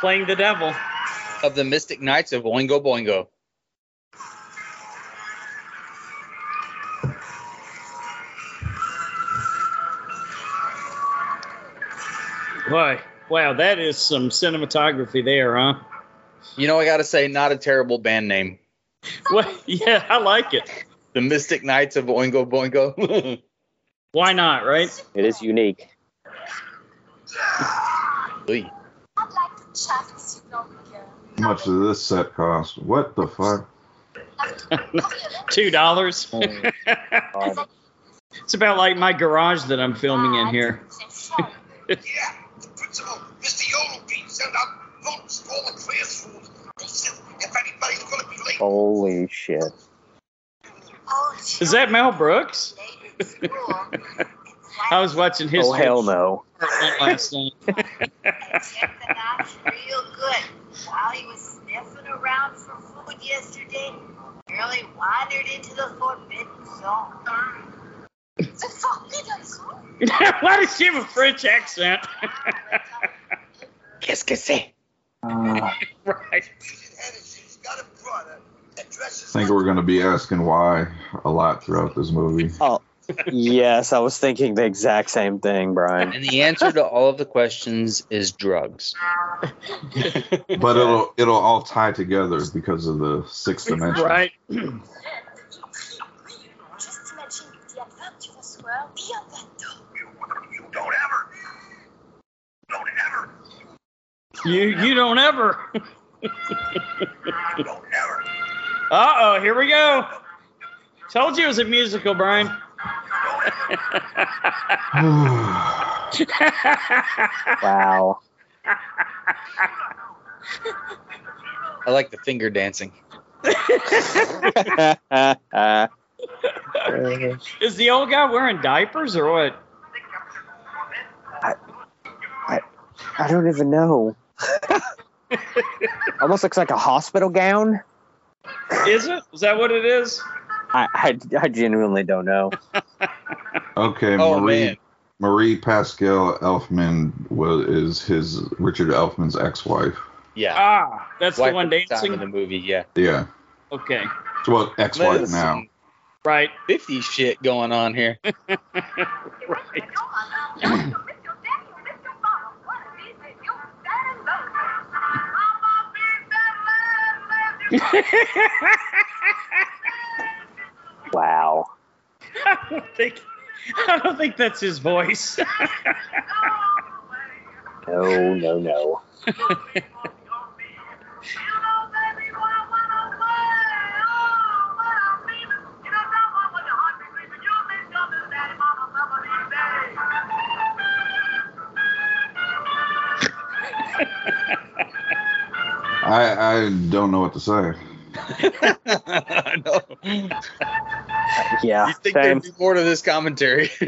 playing the devil.
of the Mystic Knights of Oingo Boingo.
Boy, wow, that is some cinematography there, huh?
You know, I gotta say, not a terrible band name.
Well, [laughs] yeah, I like it.
The Mystic Knights of Oingo Boingo. [laughs]
Why not, right? [laughs]
It is unique.
Oy.
I'd like to chat with you, Nokia.
How much does this set cost? What the fuck?
Two dollars.
Oh, God.
[laughs] It's about like my garage that I'm filming
Uh,
in
[laughs]
here.
Yeah, the principal, Mr. Yodel, sent out notes to all the classrooms. Go see if anybody's going to be late.
Holy shit!
Oh, [laughs]
Is that Mel Brooks?
Later
I was watching his
oh hell no!
last night.
Check the notch real good. While he was sniffing around for food yesterday, Curly wandered into the forbidden zone.
[laughs]
The forbidden zone?
[laughs] Why does she have a French accent? [laughs]
Qu'est-ce que c'est?
Uh,
right.
She's headed. She's got a brother that dresses
I think
like
we're going to be asking why a lot throughout this movie.
yes, I was thinking the exact same thing, Brian.
And the answer to all of the questions is drugs.
But it'll it'll all tie together because of the sixth dimension.
Right.
Just to mention the adventurous world beyond that door.
you. You don't ever. Don't ever.
You you don't ever.
Don't ever.
Uh oh, here we go. Told you it was a musical, Brian.
Wow. [laughs]
I like the finger dancing.
Is the old guy wearing diapers or what?
I don't even
[laughs]
know. Almost looks like a hospital gown.
Is it? Is that what it is?
I, I, I genuinely don't know.
Okay,
Oh,
Marie
man.
Marie Pascal Elfman was is his Richard Elfman's ex-wife.
Yeah.
Ah, that's
Wife
the one
at the time in the
dancing.
movie, yeah.
Yeah,
Okay,
well, ex-wife
Listen,
now.
right.
50 shit going on here. [laughs]
Right. [laughs]
Wow.
I don't think I don't think that's his voice. [laughs]
No, no, no.
I I don't know what to say.
I know.
Yeah,
You think
same.
there'd be more to this commentary? [laughs]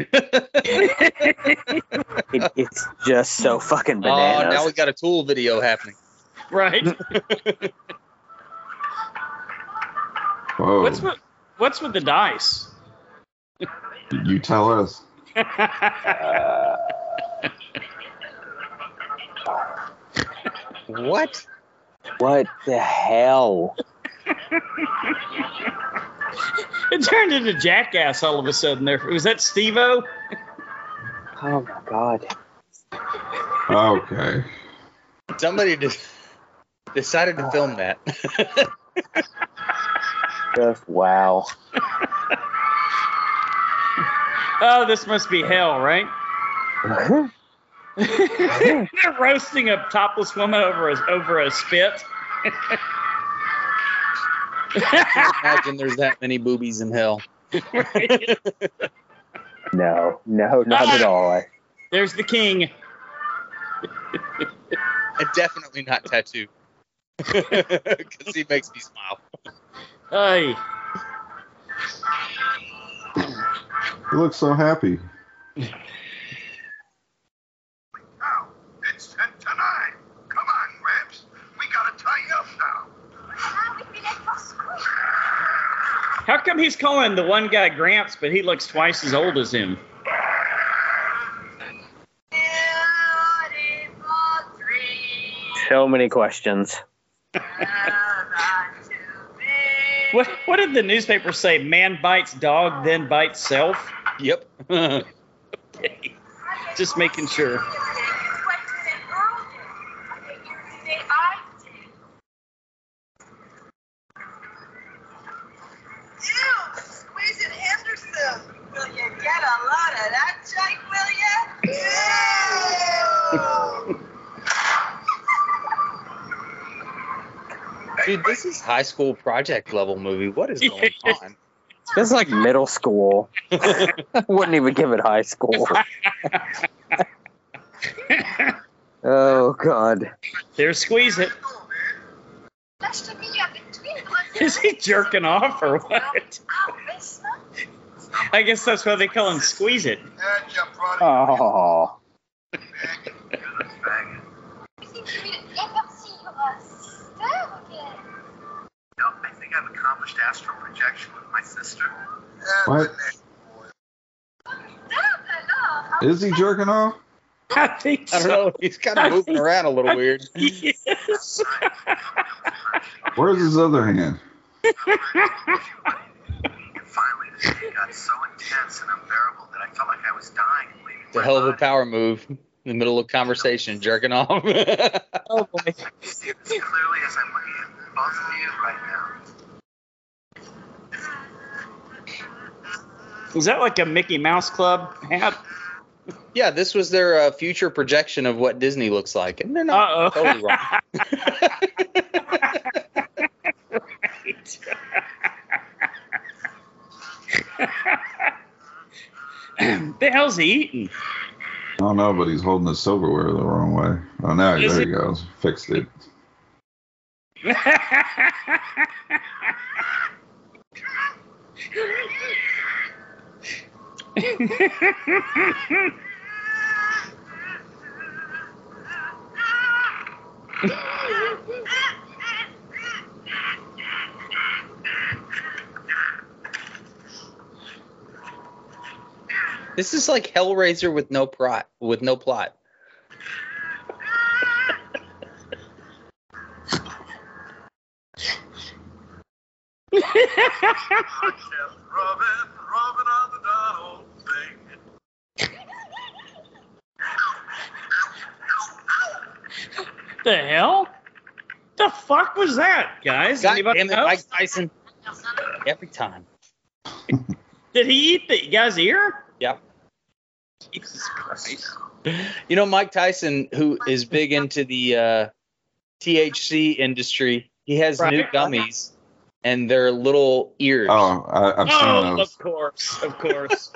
It, it's just so fucking
Oh,
bananas.
now we got a tool video happening.
right.
Whoa,
What's with what's with the dice?
you tell us.
What?
what the hell?
it turned into jackass all of a sudden there. Was that Steve O?
Oh my god.
Okay,
Somebody just decided to film that. [laughs]
Just wow.
Oh, this must be hell, right? [laughs] They're roasting a topless woman over a over a spit. [laughs]
Imagine there's that many boobies in hell.
no, no, not at all. I,
There's the king.
And definitely not [laughs] tattoo. Because he makes me smile.
Hey.
you look so happy.
Now, it's ten to nine. Come on, Gramps. We gotta tie up now.
How come he's calling the one guy Gramps, but he looks twice as old as him?
so many questions.
What What did the newspaper say? Man bites dog, then bites self.
Yep.
Just making sure.
[laughs]
Dude, this is high school project level movie. What is going [laughs] on?
It's like middle school. [laughs] I wouldn't even give it high school. oh god.
There, squeeze it. [laughs] Is he jerking off or what? I guess that's why they call him Squeeze It.
That's your product.
[laughs] Oh,
You think you're gonna get up to you a sperm again?
Nope, I think I've accomplished astral projection with my sister.
What? Is he jerking off?
I think
I don't
so.
know. He's kind of moving around a little weird.
Yes.
Where's his other hand?
[laughs] And finally, this thing got so intense and unbearable that I felt like I was dying. and leaving
It's a
my
hell of a
body.
power move in the middle of conversation, jerking off. [laughs] That's
oh boy.
I see it as clearly as I'm looking at both of you right now.
Is that like a Mickey Mouse Club hat?
yeah, this was their uh, future projection of what Disney looks like, and they're not
Uh oh.
totally
[laughs]
wrong.
the hell's he eating? [laughs]
I don't know, but he's holding his silverware the wrong way. Oh, now
Is
there
it-
he goes. Fixed it.
This is like Hellraiser with no plot. With no plot.
I kept rubbing, rubbing on the darn old thing.
the hell? The fuck was that, guys?
God
Anybody
damn it,
know?
Mike Tyson. Every time.
Did he eat the guy's ear?
Yep.
Jesus Christ.
You know, Mike Tyson, who is big into the uh, THC industry, he has
Right.
new gummies, and they're little ears.
Oh, I, I've seen
Oh,
those.
of course, of course.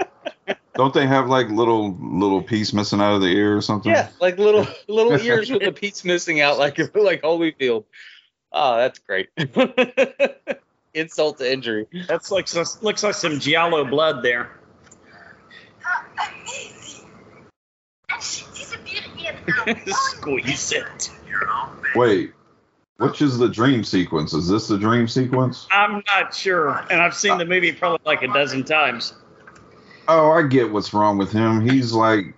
Don't they have like little little piece missing out of the ear or something?
Yeah, like little little ears with the piece missing out, like [laughs] like Holyfield. Oh, that's great. [laughs] Insult to injury.
That's like sus- looks like some giallo blood there.
How amazing! And she disappeared in our
Squeeze it.
Wait, which is the dream sequence? Is this the dream sequence?
I'm not sure, and I've seen the movie probably like a dozen times.
Oh, I get what's wrong with him. He's like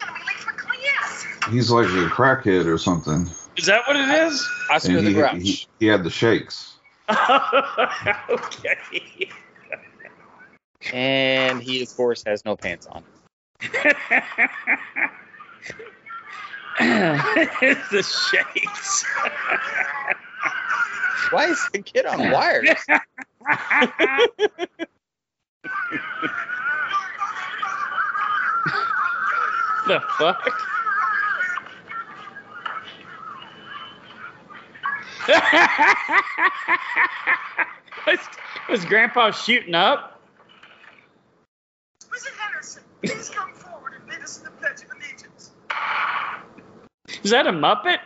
Gonna be late for class.
he's like a crackhead or something.
Is that what it is?
Oscar
And
the
he,
Grouch.
he he had the shakes.
[laughs] okay.
and he, of course, has no pants on.
[laughs] the shakes.
Why is the kid on wires?
the fuck? was, was Grandpa shooting up?
Mrs. Harrison, please come forward and lead us in the Pledge of Allegiance.
Is that a Muppet?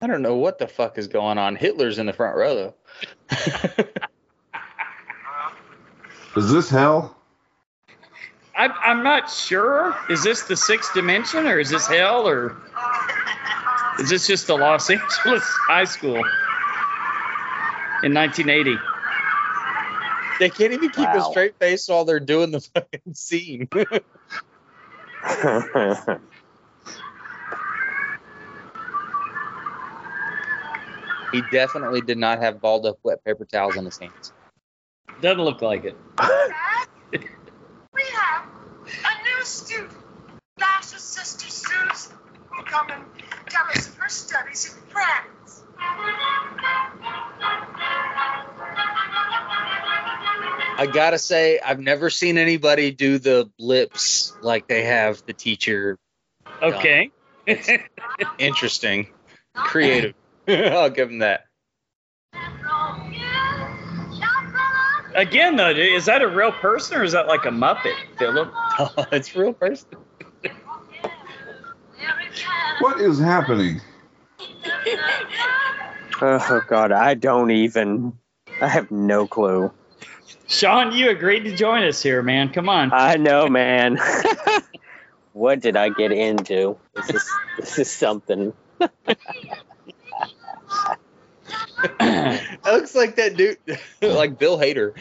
I don't know what the fuck is going on. Hitler's in the front row though.
Is this hell?
I, I'm not sure. Is this the sixth dimension, or is this hell, or is this just the Los [laughs] Angeles high school in 1980?
They can't even keep a
Wow.
straight face while they're doing the [laughs] fucking scene. [laughs]
Oh. [laughs]
he definitely did not have balled up wet paper towels in his hands.
Doesn't look like it.
We have a new student, Lasha's sister Susan, who come and tell us of her studies in France.
I gotta say, I've never seen anybody do the lips like they have the teacher.
Okay.
Interesting, creative. [laughs] I'll give him that.
[laughs] Again, though, dude, is that a real person, or is that like a Muppet, Philip?
[laughs] it's real person.
What is happening?
oh god, I don't even. I have no clue.
Sean, you agreed to join us here, man. Come
[laughs]
on.
I know, man. [laughs] what did I get into? This is this is something.
It looks like that dude, [laughs] like Bill Hader.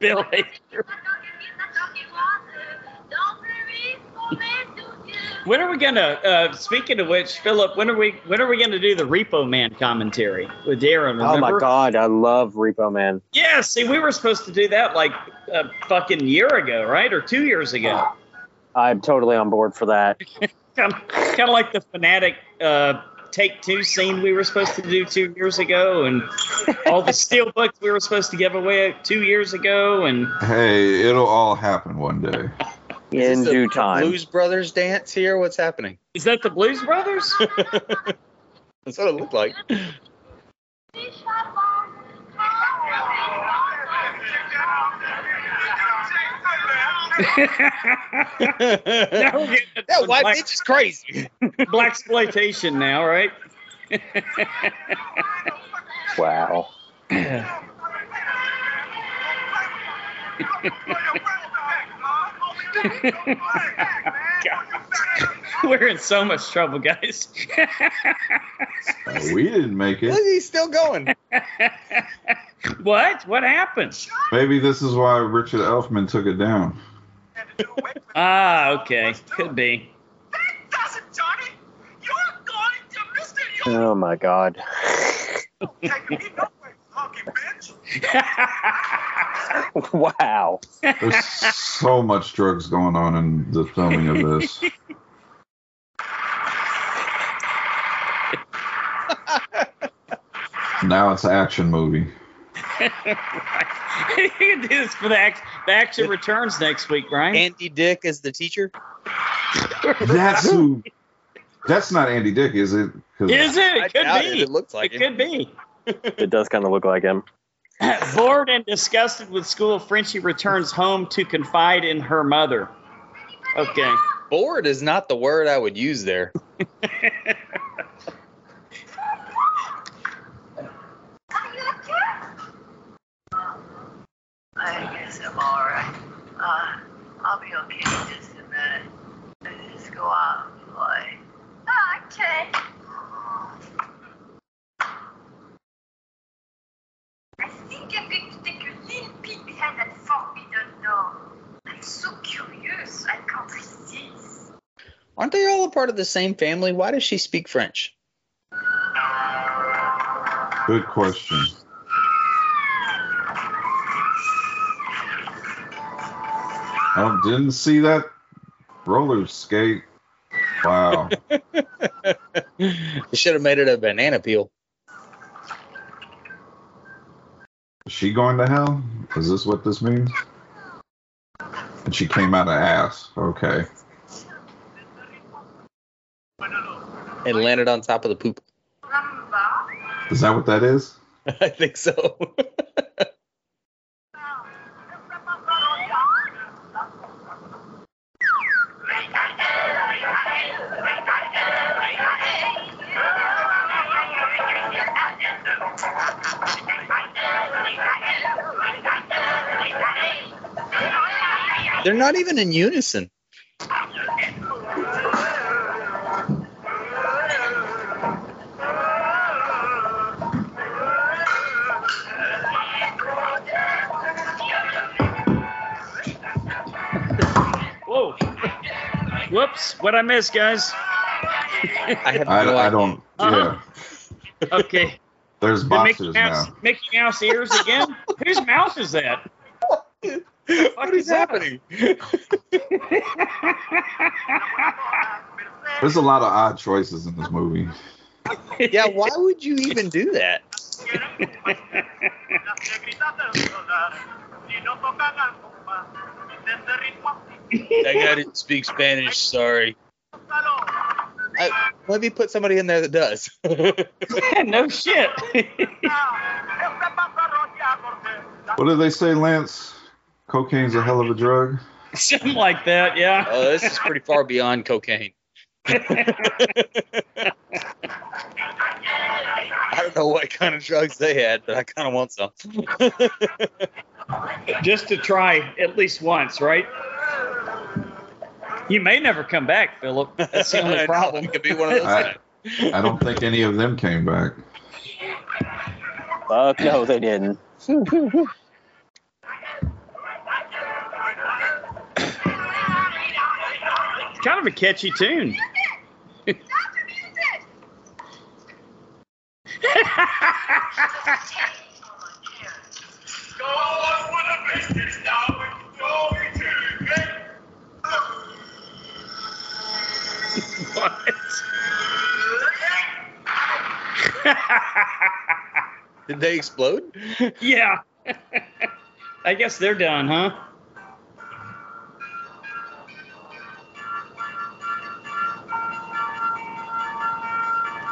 Bill, when are we gonna? Uh, speaking of which, Philip, when are we? When are we gonna do the Repo Man commentary with Darren? Remember?
Oh my god, I love Repo Man.
Yeah, see, we were supposed to do that like a fucking year ago, right, or two years ago.
I'm totally on board for that.
Kind of, kind of like the fanatic uh, take two scene we were supposed to do two years ago, and all
[laughs]
the steel books we were supposed to give away two years ago, and
Hey, it'll all happen one day.
Is
In
this the
due time.
Blues Brothers dance here. What's happening?
is that the Blues Brothers?
[laughs]
[laughs]
That's what it looked [laughs] like.
Now we're
that
getting into some
white
black-
bitch is crazy.
black exploitation now, right? [laughs]
Wow.
We're in so much trouble, guys. [laughs]
Uh, we didn't
[laughs]
make
Look,
it.
he's
[laughs]
still going.
what? What happened?
Maybe this is why Richard Elfman took it down.
Ah, okay, could be.
Oh my god. [laughs] wow.
There's so much drugs going on in the filming of this. now it's an action movie.
[laughs] you can do this for the, act- the action returns next week, Brian.
Andy Dick is the teacher.
That's who. That's not Andy Dick, is it? 'Cause
Is it?
I
It could
doubt
be.
It. it looks like
it
it.
could be.
It does kind of look like him.
Bored and disgusted with school, Frenchie returns home to confide in her mother. Okay.
Bored is not the word I would use there.
I guess I'm all right. Uh, I'll be okay in just a minute. I just go out and play. Okay. I think I'm going to take a little peek behind that forbidden door. I'm so curious. I can't resist.
Aren't they all a part of the same family? Why does she speak French?
Good question. I didn't see that roller skate. Wow.
They should have made it a banana peel.
Is she going to hell? Is this what this means? And she came out of ass. Okay.
and landed on top of the poop. [laughs]
Is that what that is?
I think so. [laughs] They're not even in unison.
Whoa. Whoops. What I missed, guys?
I have
I,
no
I
idea.
don't.
Uh-uh.
Yeah.
[laughs]
Okay.
There's
Did Mickey
boxes
Mouse,
now.
Mickey Mouse ears again? Whose mouth is that? [laughs]
What is happening?
There's a lot of odd choices in this movie.
yeah, why would you even do that? That guy didn't speak Spanish. Sorry. I, let me put somebody in there that [laughs] does.
no shit. [laughs]
What did they say, Lance? Cocaine's a hell of a drug.
Something like that, yeah.
oh, this is pretty far beyond cocaine. [laughs] I don't know what kind of drugs they had, but I kind of want some.
Just to try at least once, right? You may never come back, Philip. That's the
I
only
[laughs] know,
problem.
It could be one of those.
I, I don't think any of them came back.
Fuck no, they didn't.
Kind of a catchy tune. What?
Did they explode?
[laughs] yeah. [laughs] I guess they're done, huh?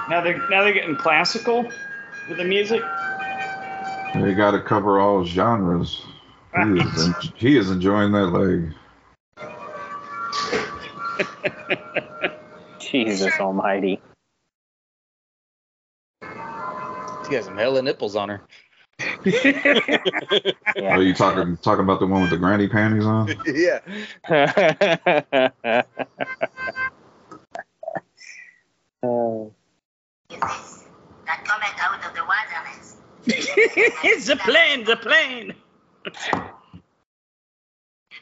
Now they're now they're getting classical with the music. [laughs]
They got to cover all genres. He is, en- he is enjoying that leg.
Jesus Almighty.
She has some hella nipples on her.
Yeah.
Are you talking talking about the one with the granny panties on?
yeah.
Oh,
That coming out of the wilderness.
it's a plane, the plane.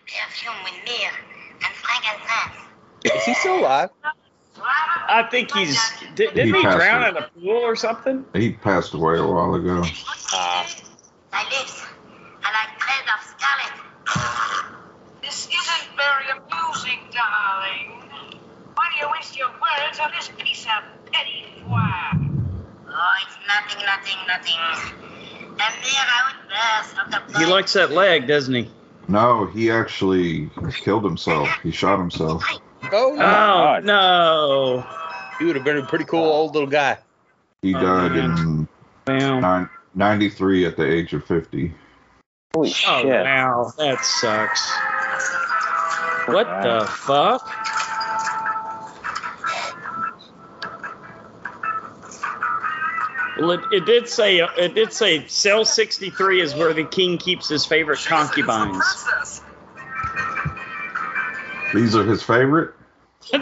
Perfume with myrrh and frankincense.
Is he still alive?
I think he's did, didn't he
passed
drown
it.
in a pool or something?
He passed away a while ago.
Ah.
My lips are like threads of scarlet.
This isn't very amusing, darling. Why do you waste your words on this piece of petty foie?
Oh, it's nothing, nothing, nothing. A mere outburst of the
He
blood.
likes that leg, doesn't he?
No, he actually killed himself. He shot himself.
Oh,
Oh
no.
God.
no!
he would have been a pretty cool old little guy.
He
Oh,
died
man.
in
Wow.
nine, 93 at the age of 50.
holy
Oh
shit.
wow, that sucks. What the fuck? Well, it, it did say uh, it did say cell sixty three is where the king keeps his favorite concubines. [laughs]
These are his favorite?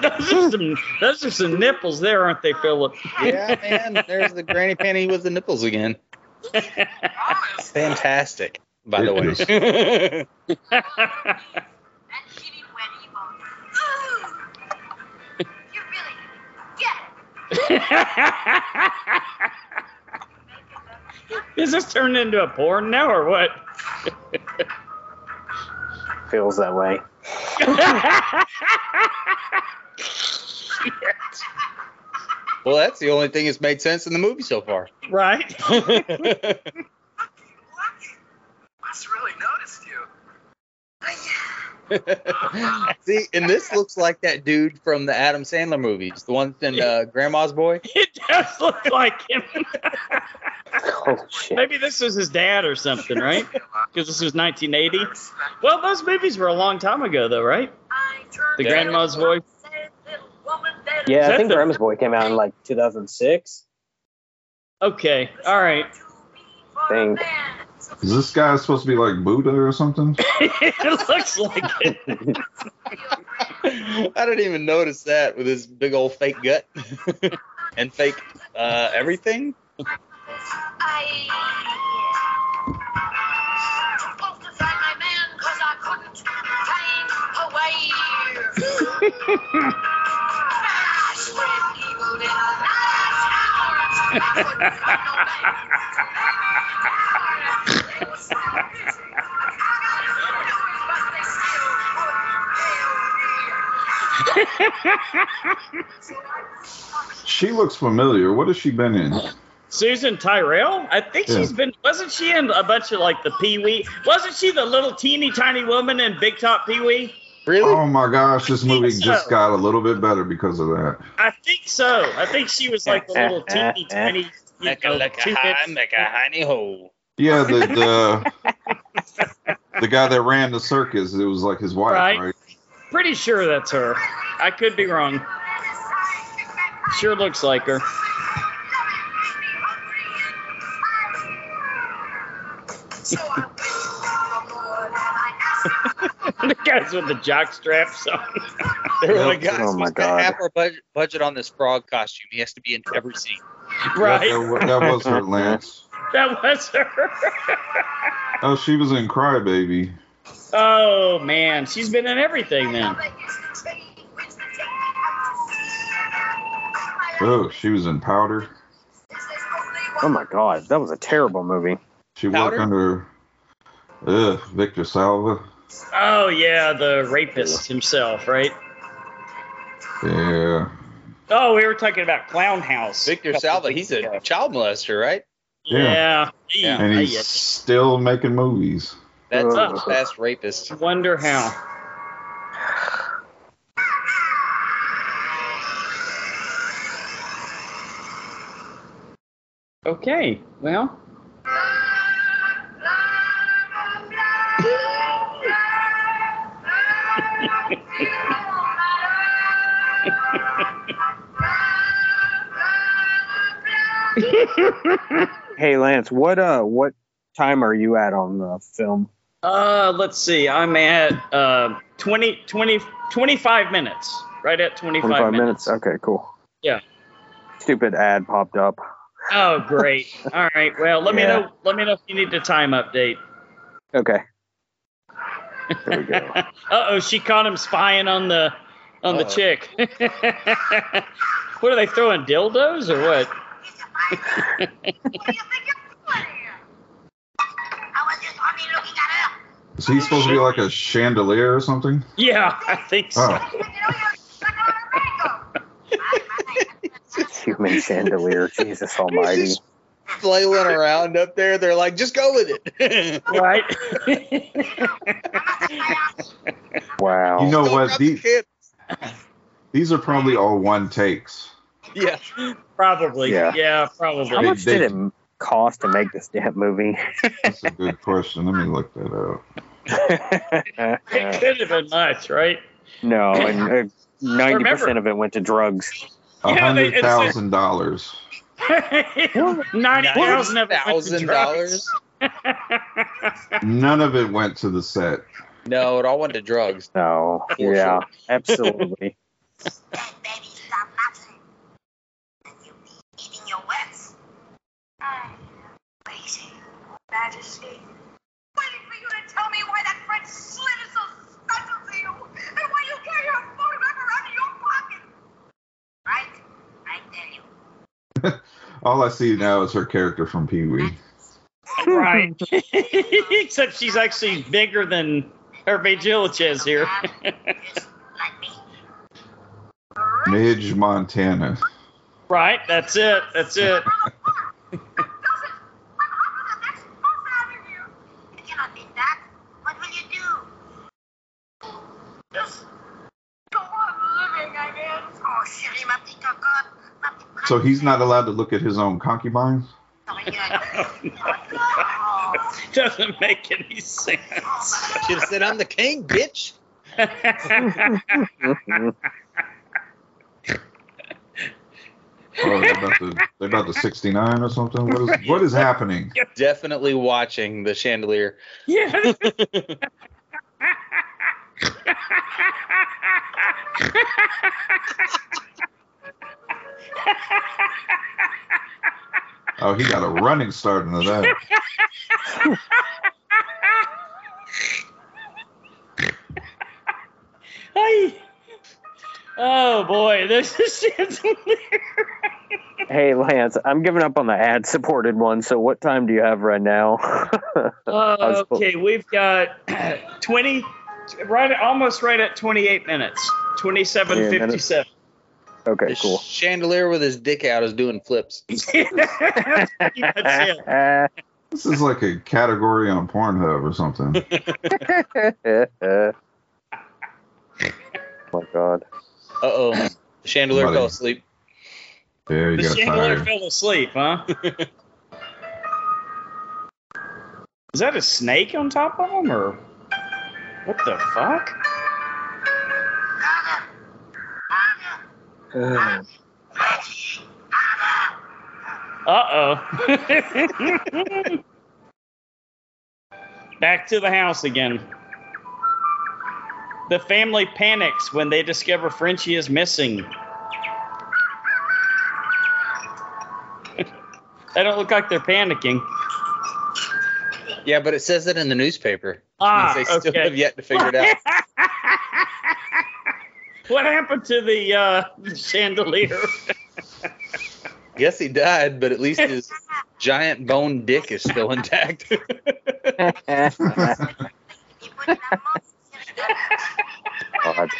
those are some those are some nipples there, aren't they, Philip?
Yeah, man. There's the granny panty with the nipples again. Fantastic, by
[laughs]
the way.
And she didn't wear the emoji. Ooh! You really get it.
[laughs] Is this turned into a porn now or what? [laughs]
Feels that way. [laughs]
well, that's the only thing that's made sense in the movie so far.
right? [laughs]
Must really noticed you.
See, and this looks like that dude from the Adam Sandler movies, the one in uh, Grandma's Boy.
It does look like him. [laughs]
Holy shit.
Maybe this was his dad or something, right? Because this was 1980.
Respect.
Well, those movies were a long time ago, though, right?
I turned
The
to
grandma's
a little
voice.
little woman that
Yeah,
Is
I think
that the-
Grandma's Boy came out in like 2006.
Okay, all right. [laughs]
is too big for a
Thing.
man. So
Is this guy supposed to be like Buddha or something?
it looks like it.
I didn't even notice that with his big old fake gut [laughs] and fake uh, everything.
I supposed to find my man 'cause I couldn't find a way. I spread evil in a nice hour. I couldn't find no man. They were so busy. I got it, but they still couldn't nail me.
She looks familiar. What has she been in?
Susan Tyrell? I think she's been. Wasn't she in a bunch of like the Pee Wee? Wasn't she the little teeny tiny woman in Big Top Pee Wee?
Really?
Oh my gosh, this movie
so.
just got a little bit better because of that.
I think so. I think she was like the little
[laughs]
teeny tiny. You
Like a,
know,
like a
two
high,
bits.
like a hiney hole.
Yeah, the the, the guy that ran the circus, it was like his wife,
Right.
right?
Pretty sure that's her. I could be wrong. Sure looks like her. [laughs]
So I went to the Lord and I
the guys with the jock straps
[laughs]
on.
They were
Yep.
like, guys,
Oh,
we
my
spent half
God.
our budget, budget on this frog costume. He has to be in every scene.
Right.
That, that- that was her Lance.
That was her. [laughs]
Oh, she was in Crybaby.
Oh man, she's been in everything then.
Oh, she was in Powder.
Oh my god, that was a terrible movie.
She
Powder?
worked under ugh, Victor Salva.
Oh yeah, the rapist himself, right?
Yeah.
Oh, we were talking about Clown House.
Victor
Couple
Salva,
weeks
he's a
ago.
child molester, right?
yeah.
Yeah.
Gee,
And he's
yeah.
still making movies.
That's
Uh.
the best rapist.
Wonder how. Okay, well,
Hey Lance, what uh what time are you at on the film?
uh, let's see. I'm at uh, 20, 20, 25 minutes. Right at 25,
25
minutes.
minutes. Okay, cool.
Yeah.
Stupid ad popped up.
Oh,
[laughs]
great. All right. Well, let me
Yeah.
know. Let me know if you need a time update.
Okay. There
[laughs]
we go.
uh oh, she caught him spying on the on the
Uh-oh.
chick. [laughs] what are they throwing dildos or what?
[laughs]
Is he supposed to be like a chandelier or something?
Yeah, I think so.
Oh.
Human chandelier, Jesus
He's
almighty.
just flailing around up there. They're like, just go with
[laughs]
it.
Right. [laughs]
Wow.
[laughs]
You know
Don't
what?
drop the
These,
kid.
these are probably all one takes.
Yeah.
probably. Yeah,
Yeah.
probably.
How
They-
much
they-
did it cost to make this damn movie? [laughs]
That's a good question. Let me look that up.
it could have been much, right?
no, and uh, ninety
Remember-
percent of it went to drugs.
A
Yeah, they-
hundred
it's-
thousand dollars.
[laughs] Ninety thousand of it went to
thousand
drugs.
dollars.
None of it went to the set.
No, it all went to drugs.
No,
sure.
yeah, absolutely.
All I see now is her character from Pee Wee.
[laughs] right. [laughs] Except she's actually bigger than Hervé Gillich is here. [laughs]
Midge Montana.
Right, that's it. That's it. [laughs]
So he's not allowed to look at his own concubines.
Doesn't make any sense. [laughs]
Should have said, I'm the king, bitch.
Oh, they're about to, they're about to 69 or something. What is what is happening?
Definitely watching the chandelier.
yeah. [laughs]
Oh, he got a running start into that.
Hey. Oh boy, this is [laughs]
hey Lance, I'm giving up on the ad-supported one. So what time do you have right now? [laughs]
Uh,
was-
okay, we've got [clears throat] 20, right, at- almost right at 28 minutes. 27.57.
okay,
The
cool.
chandelier with his dick out is doing flips.
[laughs] Pretty much it.
[laughs]
This is like a category on Pornhub or something.
[laughs] oh my god.
Uh oh. The chandelier
Buddy.
fell asleep.
Yeah, you
The
got
chandelier
tired.
fell asleep, huh? [laughs] Is that a snake on top of him, or what the fuck?
Ugh.
Uh oh. [laughs] Back to the house again. The family panics when they discover Frenchie is missing. [laughs] they don't look like they're panicking.
Yeah, but it says it in the newspaper.
Ah,
Means they still
okay.
have yet to figure
[laughs]
it out.
what happened to the uh, chandelier? [laughs]
Yes, he died, but at least his giant bone dick is still intact.
You put it on most-
God.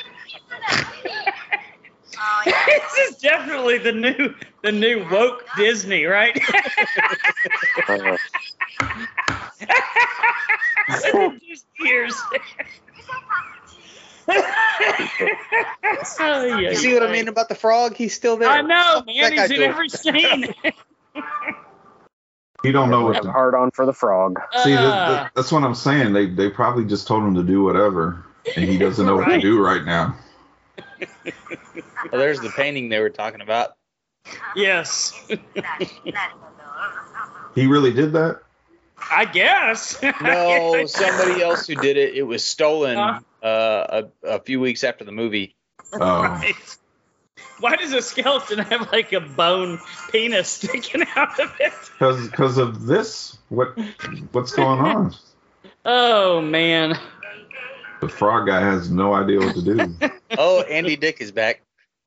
Oh, yeah.
this is definitely the new the new woke Disney, right? [laughs]
Uh,
Just years.
You got pocket cheese?
Oh, [laughs] yeah.
You see what I mean about the frog? He's still there.
I know, man.
That
He's
guy
in
doing-
every scene.
[laughs]
[laughs] He don't know
I
what
have a
to
hard on for the frog.
see. th-
Uh,
th- that's what I'm saying. They they probably just told him to do whatever, and he doesn't know what to
Right.
do right now.
Oh, there's the painting they were
[laughs]
talking about.
yes,
He really did that.
I guess. [laughs]
No, somebody else who did it. It was stolen
Huh?
uh, a, a few weeks after the movie.
Oh,
Right. Why does a skeleton have like a bone penis sticking out of it?
because of this, what what's going on?
Oh man. [laughs]
The frog guy has no idea what to do.
Oh,
[laughs]
Andy Dick is back.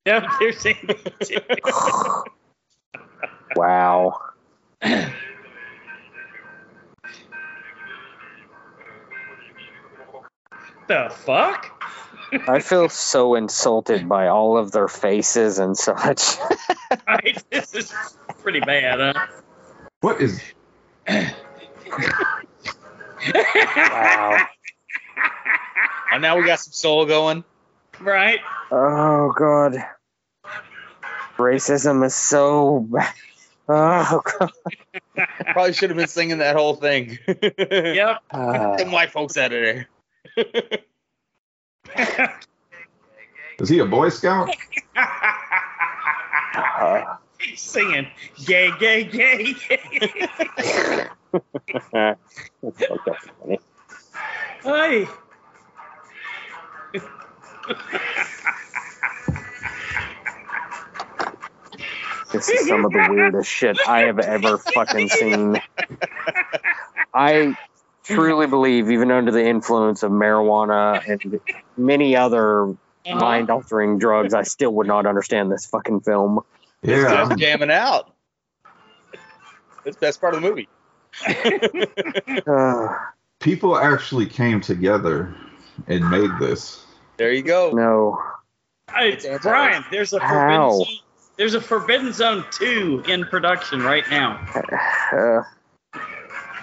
No, there's Andy too.
Wow.
the fuck? [laughs]
I feel so insulted by all of their faces and such.
Right, this is pretty bad, huh?
What is?
[laughs] Wow.
And now we got some soul going.
[laughs] Right?
Oh God. Racism is so bad. [laughs] Oh God.
Probably should have been singing that whole thing. [laughs] yeah.
Yep. [laughs]
[sighs] Some white folks out of there.
Is he a Boy Scout?
Uh,
He's singing gay, gay, gay. gay."
[laughs] okay.
Hey.
This is some of the weirdest shit I have ever fucking seen. I truly believe, even under the influence of marijuana and many other mind altering drugs, I still would not understand this fucking film.
Yeah,
Just
I'm-
jamming out. That's the best part of the movie.
Uh,
people actually came together and made this.
There you go.
no.
Hey,
It's anti-
Brian, there's a forbidden
How?
zone. There's a Forbidden Zone 2 in production right now.
Uh,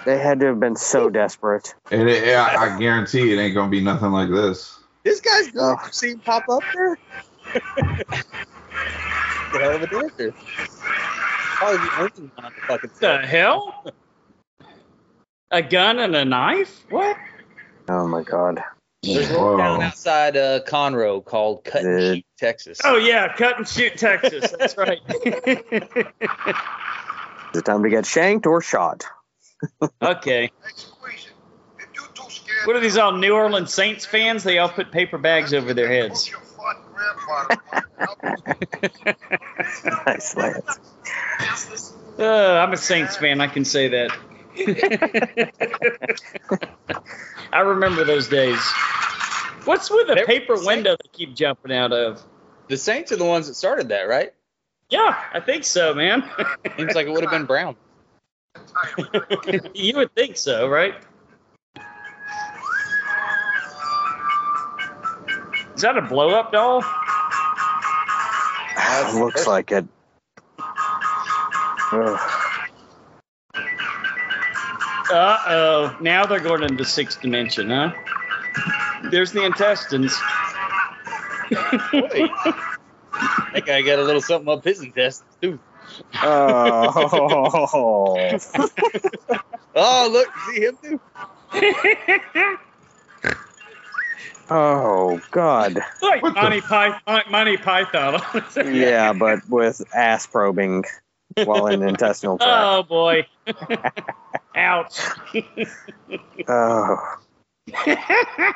they had to have been so desperate.
And it, I, I guarantee it ain't gonna be nothing like this.
This guy's good.
Oh.
You see him pop up there? Get hell of a dancer. Probably the only one on the fucking
The
set.
hell? A gun and a knife? What?
Oh my god.
There's one down
Whoa.
outside uh, Conroe called Cut and
Dude.
Shoot, Texas.
Oh yeah, cut and shoot Texas. That's right.
Is it time to get shanked or shot?
[laughs] okay.
Squeeze it. If you're too scared,
What are these all New Orleans Saints fans? They all put paper bags over their
[laughs]
heads.
your fart grandfather.
nice Lance.
Uh, I'm a Saints fan. I can say
[laughs]
that. I remember those days. What's with the
They're-
paper window they keep jumping out of?
The Saints are the ones that started that, right?
Yeah, I think so, man. [laughs]
Seems like it would have been Brown.
you would think so, right? Is that a blow up doll?
[sighs] Looks like it. Ugh.
Uh oh. Now they're going into sixth dimension, huh? There's the intestines. [laughs]
Boy, that guy got a little something up his intestines, too.
Oh. [laughs]
Oh, look, you see him, too?
oh god.
like
What the-
Monty, Python, like Monty Python.
Yeah, but with ass probing. while in the intestinal tract.
Oh
[laughs]
boy. Ouch.
Oh.
[laughs]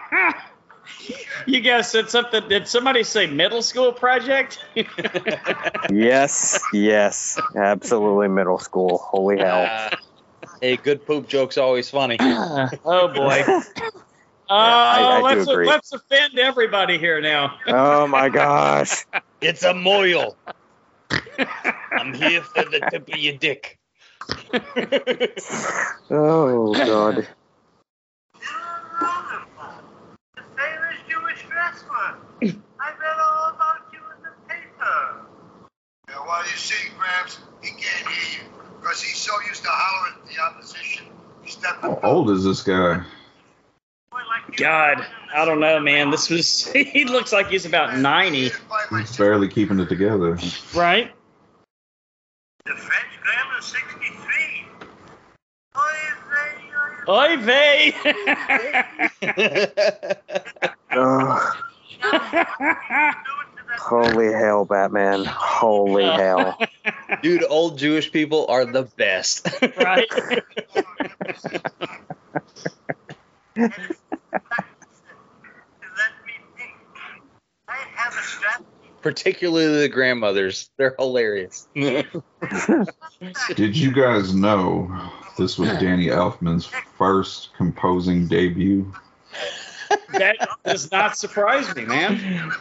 you guys said something. Did somebody say middle school
[laughs]
project?
Yes, yes, absolutely. Middle school. Holy hell.
[laughs] Uh, a good poop joke's always funny.
oh
[laughs]
boy. Oh,
I do
let's
agree.
let's offend everybody here now.
Oh my gosh.
It's a moil. I'm here for the tip of your dick.
Oh god.
Little Roller Club, the famous Jewish restaurant. I read all about you in the paper.
Yeah, well, you see, Gramps, he can't hear you because he's so used to hollering at the opposition. He's
How
definitely
old is this guy?
Boy, like you-
Oh, God, I don't know, man. This was. [laughs] He looks like he's about ninety,
He's barely keeping it together.
right?
The French grammar 63. Oy vey, oy vey.
Oy
[laughs]
vey. [laughs]
Ugh.
Do it to that
Oh, holy hell, Batman. Holy
Oh.
hell.
[laughs] Dude, old Jewish people are the best.
right.
And Let me think. I have a strategy.
[laughs] Particularly the grandmothers. They're [laughs] hilarious.
Did you guys know this was Danny Elfman's first composing debut?
That does not surprise me, man.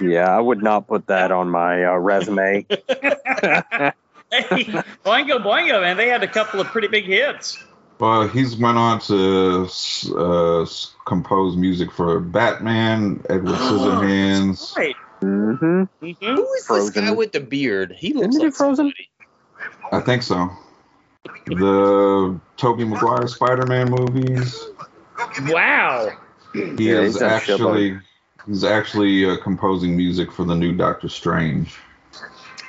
Yeah, I would not put that on my uh, resume.
Hey, boingo boingo, man. They had a couple of pretty big hits.
Well, he's went on to uh, s- compose music for Batman, Edward Scissorhands.
Right.
Mm-hmm.
hmm
Who is this
Frozen.
guy with the beard? He looks
Isn't he
like
frozen?
somebody.
I think so. The Tobey Maguire Spider-Man movies.
Wow.
He
Yeah,
is
he's done shit
actually he's actually uh, composing music for the new Doctor Strange.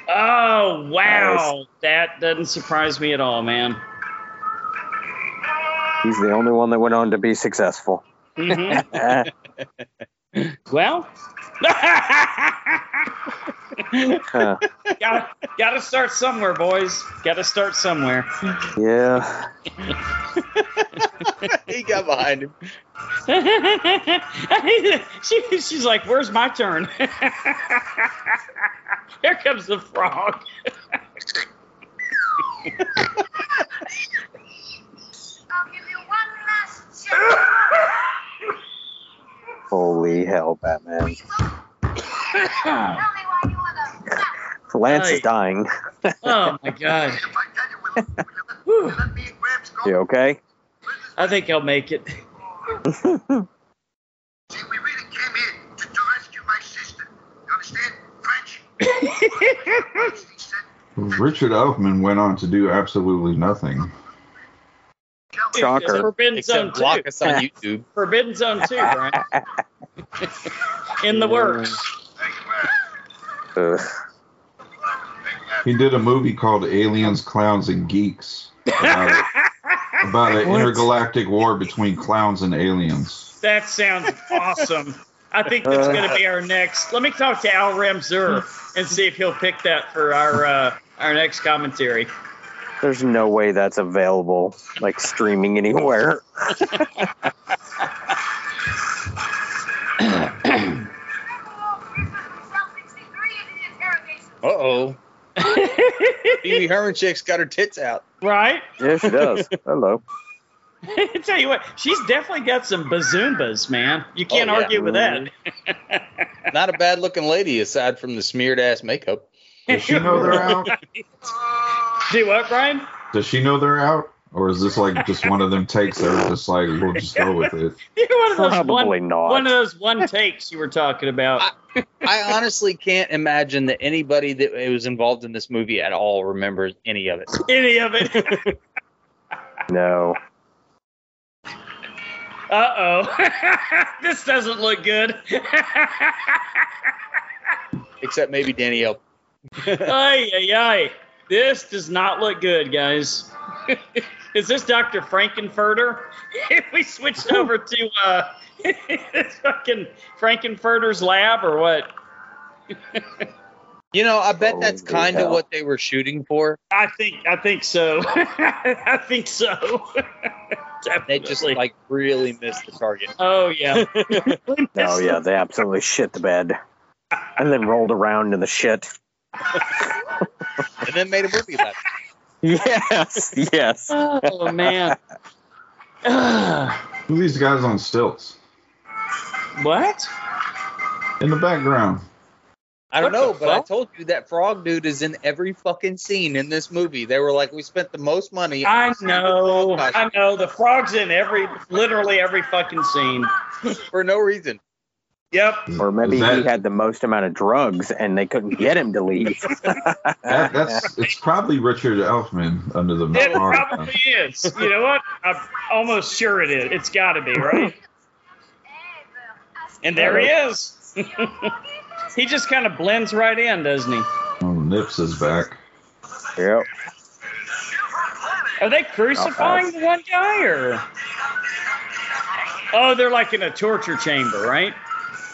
Oh wow. That doesn't surprise me at all, man.
He's the only one that went on to be successful. [laughs]
hmm [laughs]
Eh,
Well. [laughs]
huh.
gotta, gotta start somewhere, boys. Gotta start somewhere. [laughs]
Yeah.
He got behind him.
she, she's like, "Where's my turn?" [laughs] Here comes the frog. [laughs]
I'll give you one last chance.
Holy hell, Batman.
Tell me why you want to
Lance is
Right.
dying.
Oh my
If I
god!
tell you, will you- will you let-
Whew.
let me and Gramps go?
You okay?
I think I'll make it.
See, we really came here to, to rescue my sister. You understand? French. He said,
Richard Elfman went on to do absolutely nothing.
tell me.
[laughs] Shocker.
Forbidden Zone
Except
Two.
block us on YouTube.
Forbidden Zone
[laughs]
Two, right? In the works.
Ugh.
He did a movie called Aliens, Clowns, and Geeks about, a, [laughs] about an
What?
intergalactic war between clowns and aliens.
That sounds awesome. I think that's going to be our next. Let me talk to Al Ramser and see if he'll pick that for our uh, our next
[laughs]
commentary.
There's no way that's available, like streaming anywhere.
Uh oh. Phoebe Hermanchick's got her tits out.
Right? [laughs]
Yeah, she does. Hello.
Tell you what, she's definitely got some bazoombas, man. You can't
Oh, yeah.
argue with that. [laughs]
Not a bad looking lady aside from the smeared ass makeup.
Does she know they're out?
Do what, Brian? [laughs]
Does she know they're out? Or is this like just one of them takes that are just like, we'll just go with it?
You're one of those
Probably
one,
not.
One of those one takes you were talking about.
I- I honestly can't imagine that anybody that was involved in this movie at all remembers any of it.
Any of it?
[laughs] No.
Uh oh. [laughs] this doesn't look
[laughs]
good.
Except maybe Danielle.
ay, ay, ay. This does not look good, guys. [laughs] Is this Dr. Frankenfurter? [laughs] If we switched over to uh, [laughs] this fucking Frankenfurter's lab or what?
You know, I
Oh,
bet that's
Holy
kind of
cow.
what they were shooting for.
I think I think so. [laughs] I think so. [laughs]
They just
Definitely.
like really missed the target.
Oh
[laughs]
yeah. Really
Oh
missed
yeah, they absolutely shit the bed, and then rolled around in the shit.
And then made a movie about it.
Yes, yes.
[laughs] Oh man. [sighs] Ugh.
Who are these guys on stilts
what?
in the background?
I don't
What
know,
the
but I
fuck?
told you that frog dude is in every fucking scene in this movie. They were like, we spent the most money. on
I
a single
know.
frog costume
I know. The frog's in every literally every fucking scene.
for no reason.
Yep.
Oh,
Or maybe
Is that-
he had the most amount of drugs, and they couldn't get him to leave.
[laughs]
[laughs]
That, that's it's probably Richard Elfman under the
It
frog.
probably is. You know what? I'm almost sure it is. It's got to be,
[laughs]
right? And there he is. [laughs] he just kind of blends right in, doesn't he?
Oh, Nips is back.
yep.
Are they crucifying the one guy or? Oh, they're like in a torture chamber, right?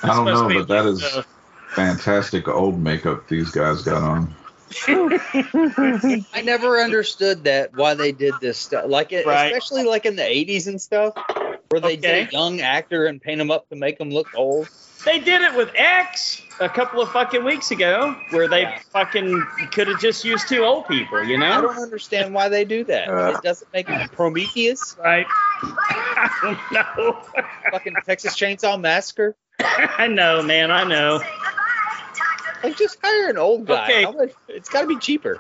I don't know,
Supposed
but
to be
that is
like, uh,
fantastic old makeup these guys got on.
I never understood that why they did this stuff. Like it,
Right.
especially like in the 80s and stuff where they
Okay.
did a young actor and paint him up to make him look old.
They did it with X a couple of fucking weeks ago, where they fucking could have just used two old people, you
I
know?
don't understand why they do that.
Uh.
It doesn't make him Prometheus,
Right? [laughs] I don't know.
fucking Texas Chainsaw Massacre.
I know, man. I know.
Like just hire an old guy.
Okay.
How much- It's got to be cheaper.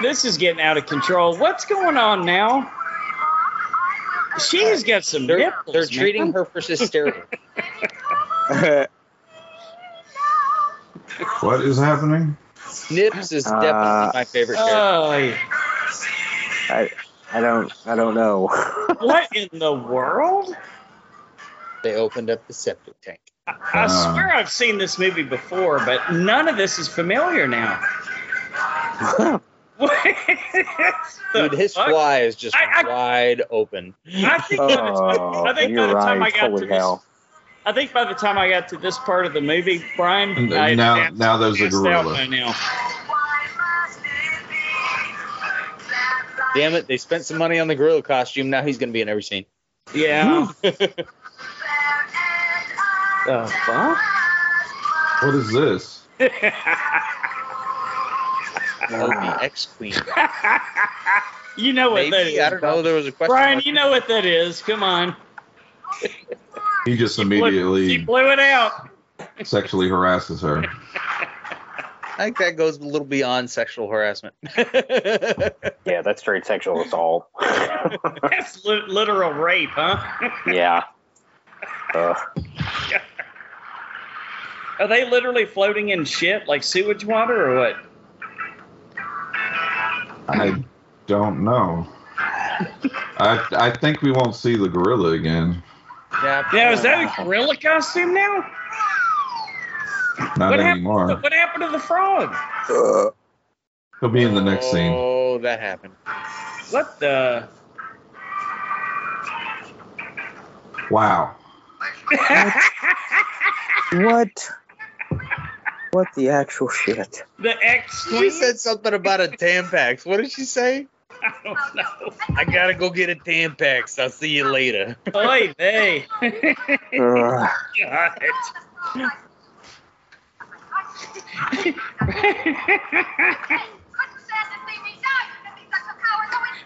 This is getting out of control. What's going on now? She's got some
They're
nipples.
they're
man. [laughs]
treating her for hysteria.
What is happening?
Nips is
Uh,
definitely my favorite character.
Oh, yeah.
I don't. I don't know.
what in the world?
They opened up the septic tank.
I, I
Wow.
swear I've seen this movie before, but none of this is familiar now. [laughs] What the
Dude, his
fuck?
fly is just
I- I-
wide open.
I think, by the
oh,
I think by
you're
the time
right.
I got
Holy
to
hell!
I think by the time I got to this part of the movie, Brian,
And
I
now,
had
now there's a
passed out by
gorilla.
now.
Damn it, they spent some money on the gorilla costume. Now he's going to be in every scene.
Yeah. the
What is this?
fuck? Ah.
Oh, the ex queen.
[laughs] you know [laughs] what that is.
Maybe I don't know. There was a question.
Brian,
mark.
you know what that is. Come on.
He just
She
immediately
blew it out. [laughs]
sexually harasses her.
I think that goes a little beyond sexual harassment.
[laughs]
[laughs]
Yeah, that's straight sexual assault.
That's li- literal rape, huh? [laughs]
yeah. Ugh.
Are they literally floating in shit like sewage water or what?
I don't know. I I think we won't see the gorilla again.
yeah,
Now, is that a gorilla costume now?
Not
What happened?
anymore.
What happened to the frog?
He'll be in the next scene.
Oh, that happened.
What the? [laughs]
Wow.
What? What the actual shit?
The X
She
Queen?
said something about a Tampax. What did she say?
I
[laughs]
don't know.
I gotta go get a Tampax. I'll see you later.
Oy vey.
Ugh.
God.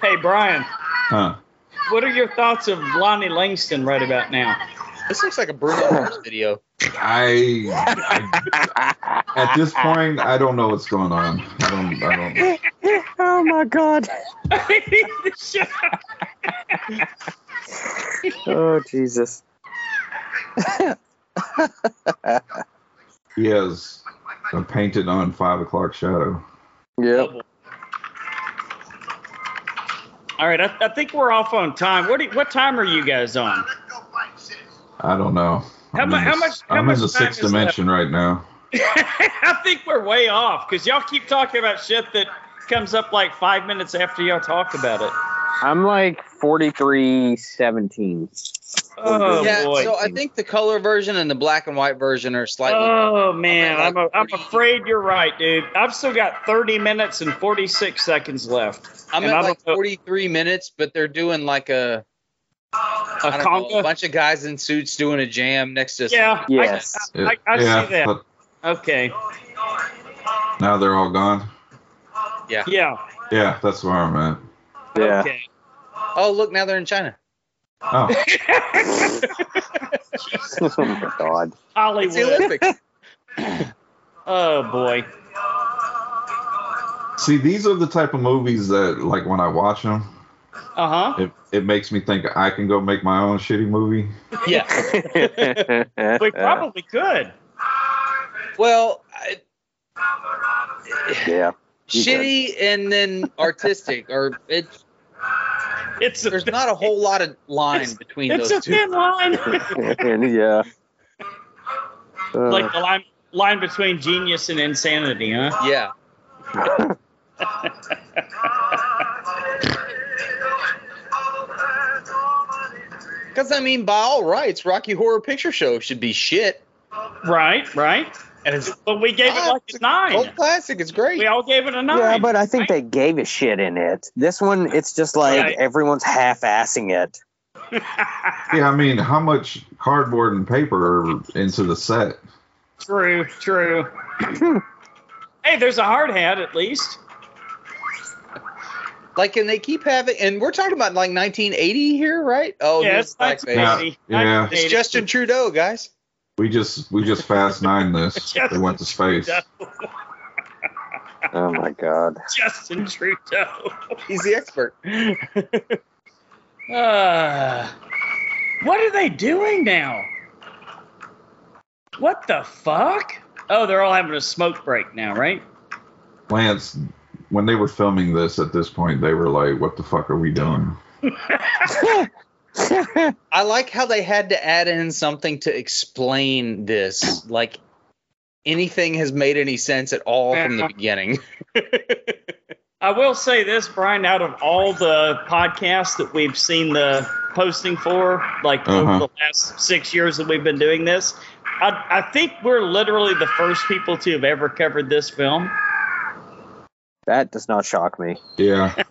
hey, Brian,
Huh.
what are your thoughts of Lonnie Langston right about now?
[laughs]
[laughs]
This looks like a Bruno Mars video.
I, I- at this point I don't know what's going on. I don't I don't
oh my god. Oh Jesus.
he has a painted on five o'clock shadow.
Yep.
All right, I, I think we're off on time. What do, what time are you guys on? [laughs]
I don't know.
How
I'm
mu-
in
how
the-
much- how
I'm
much
in the
time
sixth
is left?
dimension right now.
I think we're way off because y'all keep talking about shit that comes up like five minutes after y'all talked about it.
I'm like 4317.
Oh
yeah,
boy.
so I think the color version and the black and white version are slightly.
Oh man,
I'm
I'm,
like
a, I'm
30.
afraid you're right, dude. I've still got 30 minutes and 46 seconds left.
I'm
and
at
I
like
don't know-
43 minutes, but they're doing like a,
A
I don't know, a
conga?
bunch of guys in suits doing a jam next to.
Yeah. I-
Yes.
I, I, I
yeah,
see that.
but
Okay.
now they're all gone.
Yeah.
Yeah, that's where I'm at.
Yeah.
[laughs]
Okay.
Oh, look, now they're in
[laughs]
China.
Oh,
[laughs] oh my
[laughs]
god.
It's the
Hollywood.
Olympics.
Oh boy.
see, these are the type of movies that, like, when I watch them,
Uh huh.
it, it makes me think I can go make my own shitty movie.
yeah.
[laughs] We probably could.
Well, I,
[laughs] yeah. You could.
shitty and then artistic, or it,
It's a,
there's not a whole lot of line
It's-
between
It's a
those two.
thin
[laughs]
line,
yeah. Uh,
like the line line between genius and insanity, huh? [laughs]
Yeah. Because, I mean, by all rights, Rocky Horror Picture Show should be shit.
Right. Right.
And it's
But we gave it
Ah,
like
it's
a
old
nine.
classic. It's great.
We all gave it a nine.
yeah, but
[laughs]
I think they gave a shit in it. This one, it's just like
Right.
everyone's half-assing it.
Yeah, I mean, how much cardboard and paper are into the set?
True, true. [clears throat] hey, there's a hard hat at least.
Like, and they keep having, and we're talking about like 1980 here, right? Oh,
yeah,
here's
it's
blackface.
1980.
Yeah, yeah.
1980.
It's Justin Trudeau, guys.
We just we just fast nine this. They went to space.
Oh my god.
[laughs] Justin Trudeau.
He's the expert.
[laughs] Uh, what are they doing now? What the fuck? Oh, they're all having a smoke break now, right?
Lance, when they were filming this at this point, they were like, "What the fuck are we doing?"
I like how they had to add in something to explain this. Like anything has made any sense at all from the beginning.
I will say this, Brian, out of all the podcasts that we've seen the posting for, like
Uh-huh.
over the last six years that we've been doing this, I, I think we're literally the first people to have ever covered this film. [laughs]
That does not shock me.
Yeah,
[laughs]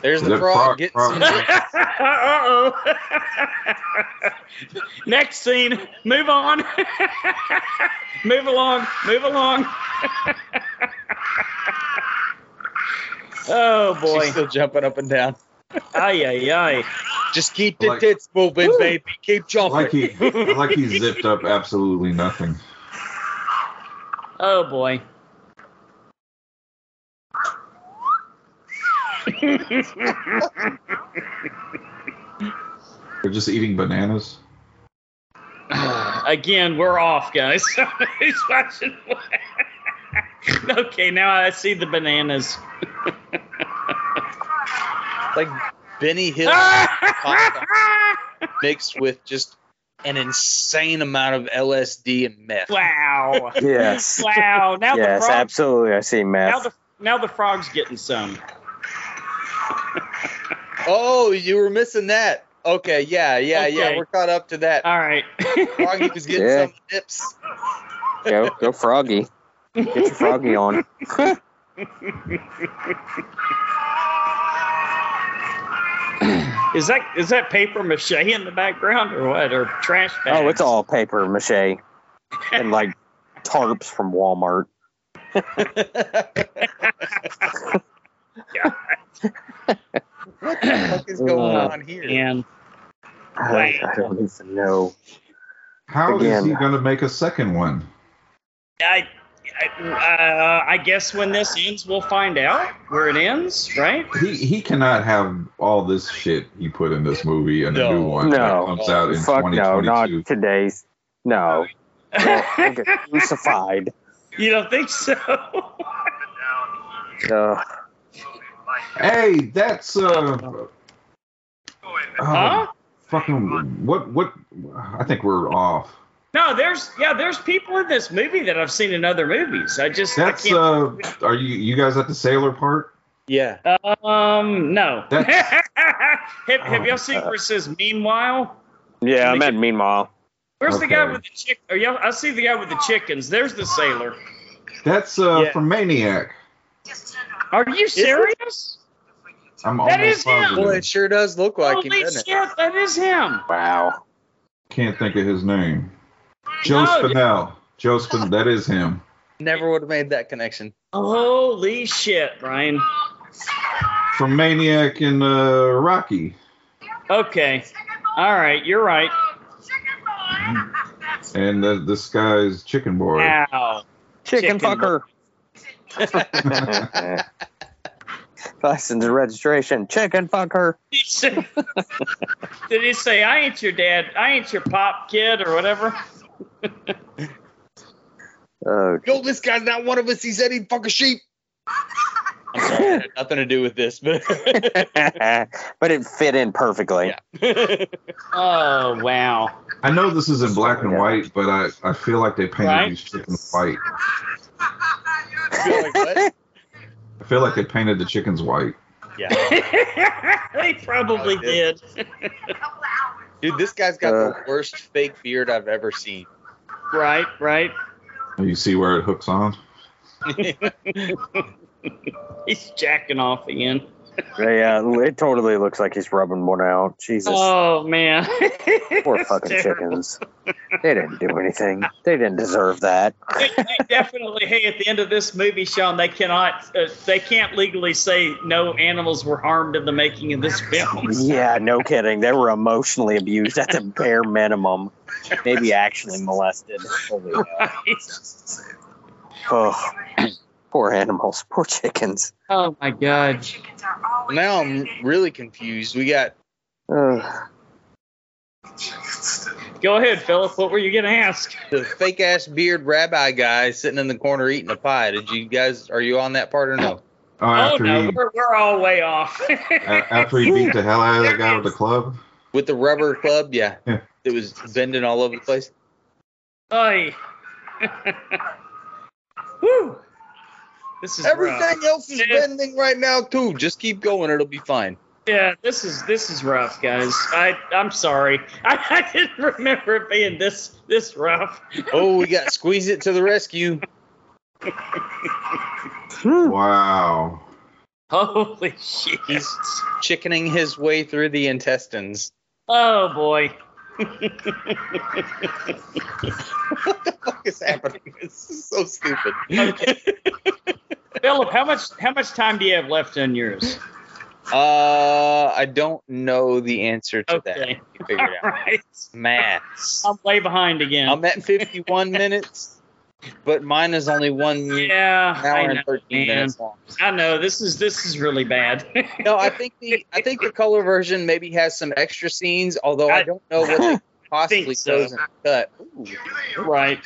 There's
Is
the
it
frog.
frog-
Get
frog?
some-
uh oh. Next scene. Move on. [laughs] move along. Move along. [laughs] oh
[laughs] She's
boy.
still jumping up and down.
Ay ay ay.
Just keep the
Like-
tits moving,
Woo.
baby. Keep
I
jumping.
like he I like he zipped up absolutely nothing.
Oh boy.
They're just eating bananas.
Again, we're off, guys. [laughs] Who's watching? [laughs] okay, now I see the bananas. [laughs]
like Benny Hill
Ah!
pasta mixed with just an insane amount of LSD and meth.
wow.
Yes.
Wow. Now the
yes,
frog
absolutely. I see
now
math.
the now the frog's getting some.
Oh, you were missing that. Okay, yeah, yeah, yeah.
Okay.
We're caught up to that.
All right.
Froggy was getting
Yeah.
some dips.
go, go froggy. Get your froggy on.
[laughs] Is that is that paper mache in the background or what? Or trash bags?
Oh, it's all paper mache and like tarps from Walmart.
What the fuck is going
Uh,
on here?
And
[laughs] I, I don't even know.
How is
Again.
he gonna make a second one?
I, I, uh, I guess when this ends, we'll find out where it ends, right?
He he cannot have all this shit he put in this movie and a
No.
new one that
No.
comes out in
Fuck no, not
2022.
today's. No, Well, we'll get
[laughs]
crucified.
[laughs] you don't think so?
Ugh.
Hey, that's uh. oh,
huh?
Fucking what? What? I think we're off.
No, there's yeah, there's people in this movie that I've seen in other movies. I just I
That's
can't.
uh. Are you you guys at the sailor part?
Yeah.
Um, no.
That's-
[laughs]
Oh, uh,
have, have y'all seen where it says "Meanwhile"?
Yeah, I meant
[laughs]
meanwhile.
Where's the guy
Okay.
with the chick? Are y'all? I see the guy with the chickens. There's the sailor.
That's uh,
Yeah.
from Maniac.
Just turn around
Are you serious?
I'm
That
almost
is him!
positive.
Well, it sure does look like him,
Holy
doesn't it?
shit, that is him.
Wow.
Can't think of his name. Joe Spinell. Joe Spin. That is him.
Never would have made that connection.
Holy shit, Brian.
From Maniac and uh, Rocky.
Okay. All right, you're right.
And uh, this guy's Chicken Boy. [laughs]
Ow.
Chicken,
Chicken
fucker. Eh, License and registration. Chicken fucker.
He said- [laughs] Did he say, I ain't your dad, I ain't your pop kid or whatever?
Oh,
Yo, this guy's not one of us. He said he'd fuck a sheep. I'm sorry, it had nothing to do with this, but [laughs]
but it fit in perfectly.
Yeah.
Oh, wow.
I know this isn't black and
Yeah.
white, but I, I feel like they painted
Right?
these chickens white.
Like, what?
I feel like they painted the chickens white.
Yeah,
[laughs] they probably did.
a couple of hours.
dude, this guy's got
Uh.
the worst fake beard I've ever seen.
[laughs] Right, right.
You see where it hooks on?
He's jacking off again.
Yeah, uh, it totally looks like he's rubbing one out. Jesus.
Oh, man.
[laughs] Poor
[laughs] It's
fucking
terrible.
chickens. They didn't do anything. They didn't
[laughs]
deserve that.
they, they definitely. Hey, at the end of this movie, Sean, they cannot. Uh, they can't legally say no animals were harmed in the making of this film. [laughs]
Yeah, no kidding. They were emotionally abused at the bare minimum. Maybe actually molested. Holy
[laughs]
hell. Oh, poor animals. Poor chickens.
oh my God!
Chickens are always
Now I'm
good.
really confused. We got
Ugh.
Go ahead, Philip. What were you gonna ask?
the fake ass beard rabbi guy sitting in the corner eating a pie. Did you guys? Are you on that part or no?
Oh,
Oh
after
no,
he
we're, we're all way off.
a- after he beat
[laughs]
the hell out of that guy with the club.
With the rubber club, yeah,
Yeah.
it was bending all over the place.
Oy. [laughs] Whew. This is rough.
Everything else is
Yeah.
bending right now too. Just keep going; it'll be fine.
Yeah, this is this is rough, guys. I I'm sorry. [laughs] I, I didn't remember it being this this rough. [laughs]
Oh, we got squeeze it to the rescue.
Wow.
Holy shit!
He's chickening his way through the intestines. [laughs]
Oh boy. [laughs]
what the fuck is happening? This is so stupid.
Philip, how much how much time do you have left on
[laughs]
yours?
Uh, I don't know the answer to that.
Okay.
You
All
figure it out.
right.
Maths.
I'm way behind again. [laughs]
I'm at 51 minutes, but mine is only one
yeah, I
hour
know,
and 13
man.
minutes long.
I know this is this is really bad. [laughs]
No, I think the I think the color version maybe has some extra scenes, although I,
I-
don't know
[laughs]
what they possibly
think so.
chose and cut.
right.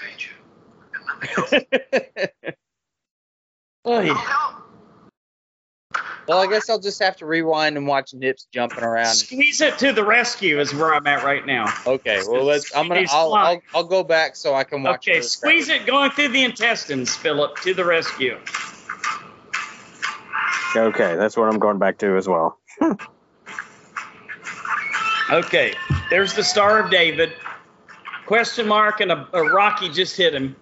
Oy.
[laughs] Well, I guess I'll just have to rewind and watch Nips jumping around.
Squeeze it to the rescue is where I'm at right now.
Okay, well let's. I'm gonna.
He's
I'll, I'll,
flying.
I'll go back so I can watch.
Okay,
this.
squeeze it going through the intestines, Philip, to the rescue.
Okay, that's what I'm going back to as well.
Okay, there's the Star of David. Question mark and a, a Rocky just hit him.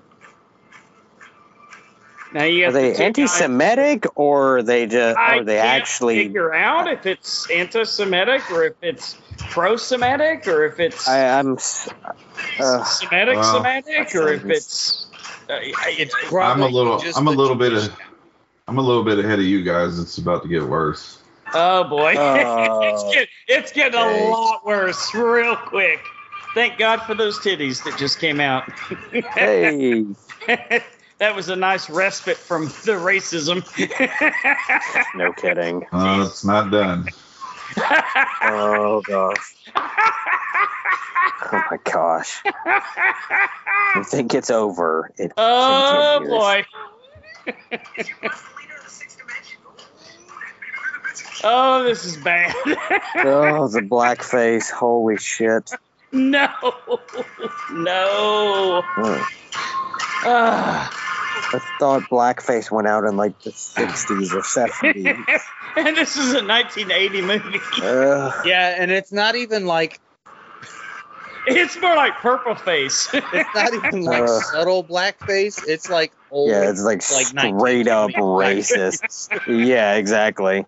Now you
Are
have the
they
two guys.
anti-Semitic or are they just
I
are they
can't
actually?
figure out if it's anti-Semitic or if it's pro-Semitic or if it's
I, I'm. s- Uh,
Semitic,
Well,
Semitic, or if it's uh, it's
I'm a little.
just
I'm a
the
little bit. Of,
Jewish-
I'm a little bit ahead of you guys. It's about to get worse.
oh boy, [laughs] it's,
Oh.
get, it's getting
Okay.
a lot worse real quick. Thank God for those titties that just came out.
hey,
[laughs] that was a nice respite from the racism.
[laughs]
[laughs]
no kidding.
Uh, it's not done.
Oh gosh. Oh my gosh. You think it's over? It
oh
continues.
boy. [laughs]
Is your boss the leader of the sixth dimension? Ooh, that'd be really bitchy.
Oh, this is bad. [laughs]
Oh, the blackface. Holy shit.
no, no.
Mm.
Ah. [laughs]
I thought blackface went out in like the 60s
[laughs]
or 70s.
and this is a 1980 movie. [laughs]
Ugh.
Yeah, and it's not even like
It's more like purple face. [laughs]
it's not even like
[laughs] Uh.
subtle blackface. It's like old.
yeah, it's like,
Like
straight up racist. yeah, exactly.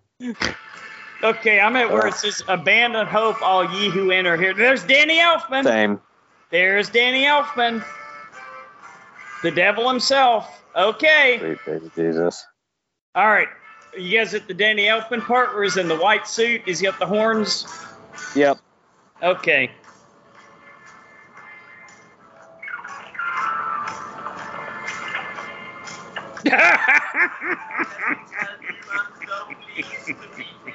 okay, I'm at where
Ugh.
it says abandon hope, all ye who enter here. There's Danny Elfman. [laughs]
Same.
There's Danny Elfman. The devil himself. Okay.
Sweet baby Jesus.
All right. You guys at the Danny Elfman part where he's in the white suit? He's got the horns.
Yep.
Okay. [laughs]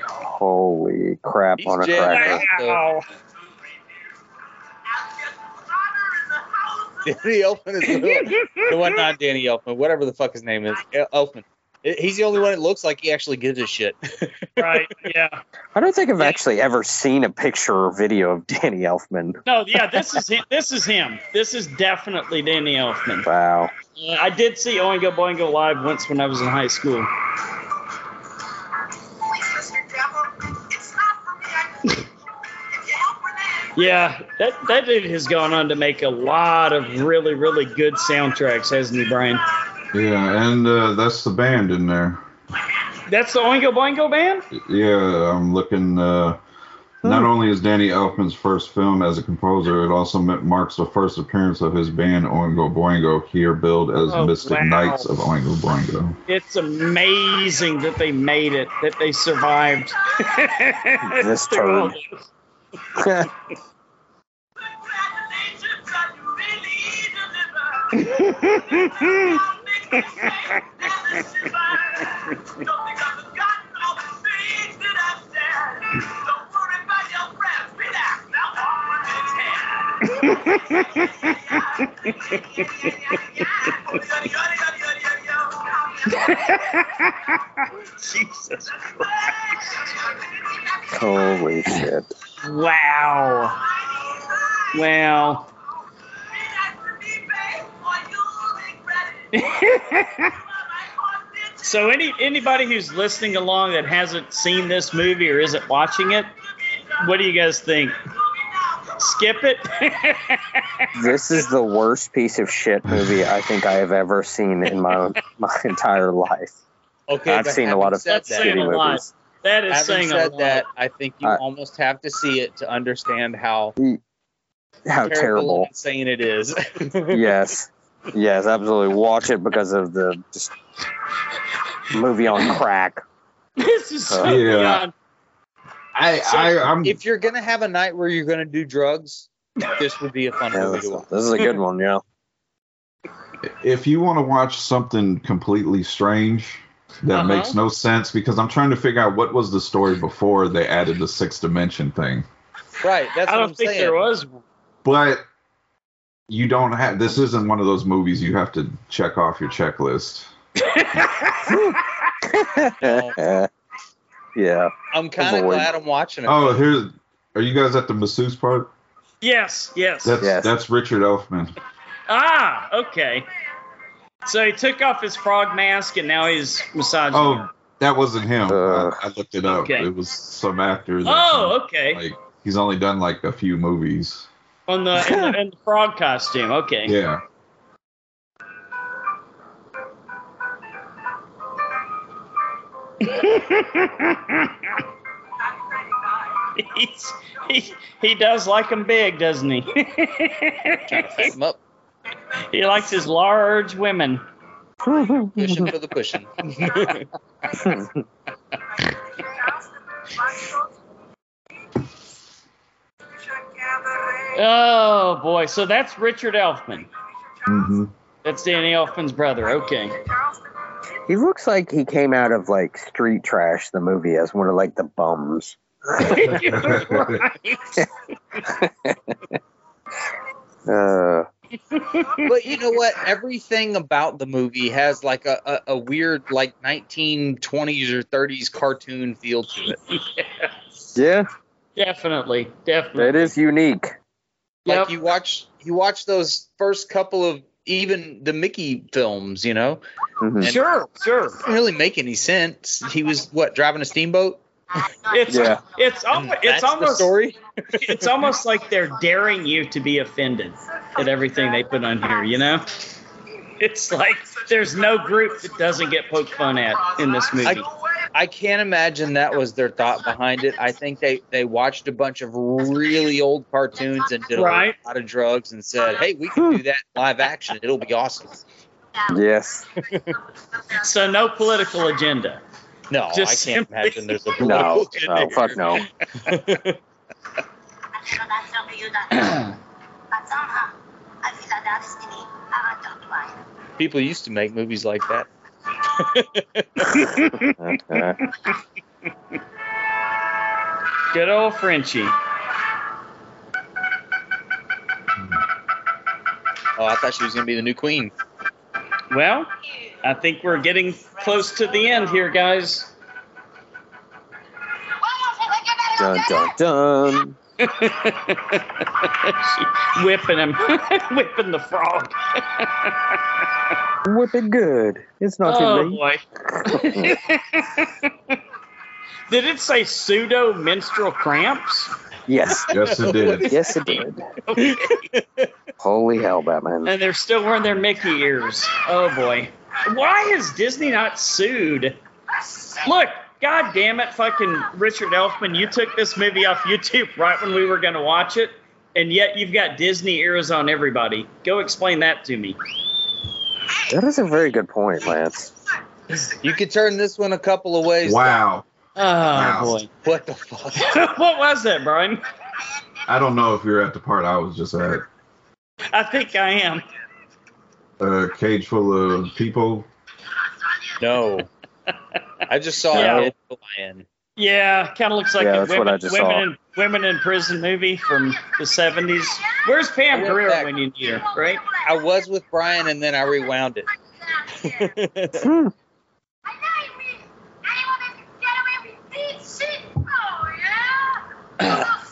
Holy crap
He's
on a
jailed.
cracker.
wow.
Danny Elfman
[laughs]
is the, the one, not Danny Elfman, whatever the fuck his name is, El- Elfman. I- He's the only one that looks like he actually gives a shit.
right. Yeah.
I don't think I've actually ever seen a picture or video of [laughs] Danny Elfman.
No. Yeah. This is him. This is him. This is definitely Danny Elfman.
Wow.
Uh, I did see Oingo Boingo live once when I was in high school. Yeah, that, that dude has gone on to make a lot of really, really good soundtracks, hasn't he, Brian?
Yeah, and uh, that's the band in there.
That's the Oingo Boingo Band?
Yeah, I'm looking. Uh, not
Hmm.
only is Danny Elfman's first film as a composer, it also ma- marks the first appearance of his band Oingo Boingo, here billed as
Oh,
Mystic
wow.
Knights of Oingo Boingo.
It's amazing that they made it, that they survived.
[laughs] This
Through all
turd.
this. [laughs] Jesus.
Holy shit.
Wow. Wow. [laughs] so any anybody who's listening along that hasn't seen this movie or isn't watching it, what do you guys think? Skip it? [laughs]
This is the worst piece of shit movie I think I have ever seen in my my entire life.
[laughs] Okay,
I've
but
seen a
having
lot of
said
That's
that,
shitty
saying a lot.
movies.
that is
having
saying a
said
lot.
that, I think you
I-
almost have to see it to understand how
How
terrible,
terrible.
and insane it is. [laughs]
yes. Yes, absolutely. Watch it because of the just movie on crack.
[laughs] This is so
Yeah.
beyond.
I,
So,
I, I'm.
if you're gonna have a night where you're gonna do drugs, this would be a fun
Yeah,
movie
this,
to watch.
this is a good one, yeah.
if you want to watch something completely strange that
Uh-huh.
makes no sense, because I'm trying to figure out what was the story before they added the sixth dimension thing.
Right, that's
I
what
don't
I'm
think
saying.
there was one.
but you don't have this isn't one of those movies you have to check off your checklist
[laughs] yeah.
I'm kind of
Avoid.
glad I'm watching it.
oh here's are you guys at the masseuse part
Yes, yes.
that's
Yes.
that's richard elfman
ah, okay. So he took off his frog mask and now he's massaging.
oh that wasn't him
Uh,
I, I looked it up
Okay.
it was some actor that-
Oh, okay.
like he's only done like a few movies
On the in, the
[laughs]
in the frog costume. Okay.
yeah
He's, he he does like them big, doesn't he?
Fat him up,
[laughs] he likes his large women.
pushing for the pushing.
Oh boy. So that's Richard Elfman.
hmm
That's Danny Elfman's brother. Okay. [laughs]
He looks like he came out of like Street Trash, the movie, as one of like the bums. Uh,
but you know what? Everything about the movie has like a, a, a weird like 1920s or 30s cartoon feel to it.
yeah,
Definitely. Definitely.
it is unique.
Like
Yep.
you watch you watch those first couple of even the Mickey films, you know,
Mhm.
Sure, sure.
didn't really make any sense. He was what driving a steamboat.
It's
Yeah.
it's
And
almost
that's
it's
the
almost
story.
it's almost like they're daring you to be offended at everything they put on here. You know, it's like there's no group that doesn't get poked fun at in this movie.
I can't imagine that was their thought behind it. I think they they watched a bunch of really old cartoons and did a
Right.
lot of drugs and said, "Hey, we can do that in live action. It'll be awesome."
Yes. [laughs]
So no political agenda.
No,
Just
I can't
simply- [laughs]
imagine there's a
No.
political
No. Fuck no.
[laughs]
uh,
People used to make movies like
[laughs]
that.
Uh-huh.
Good old Frenchie.
Oh, I thought she was gonna be the new queen.
Well, I think we're getting close to the end here, guys. [laughs]
dun dun dun.
She whipping him, [laughs] whipping the frog. [laughs]
Whip it good. It's not
oh
too late.
boy! [laughs] Did it say pseudo menstrual cramps? [laughs]
Yes.
Yes, it did.
Yes, it did.
Okay.
Holy hell, Batman.
and they're still wearing their Mickey ears. Oh boy! Why is Disney not sued? Look, god damn it, fucking Richard Elfman, you took this movie off YouTube [laughs] right when we were gonna watch it, and yet you've got Disney ears on everybody. Go explain that to me.
That is a very good point, Lance.
You could turn this one a couple of ways.
Wow.
Oh
Wow.
boy!
What the fuck?
[laughs] what was that, Brian?
I don't know if you're at the part I was just at.
I think I am.
A cage full of people.
No. I just saw
Yeah.
it. Lion.
Yeah, kind of looks like
Yeah,
a
that's what
women,
I just
women,
saw.
In, women in prison movie from the 70s. Where's Pam
Went
Grier
back.
when you need her, right?
I was with Brian and then I rewound
[laughs]
it.
Hmm.
Oh,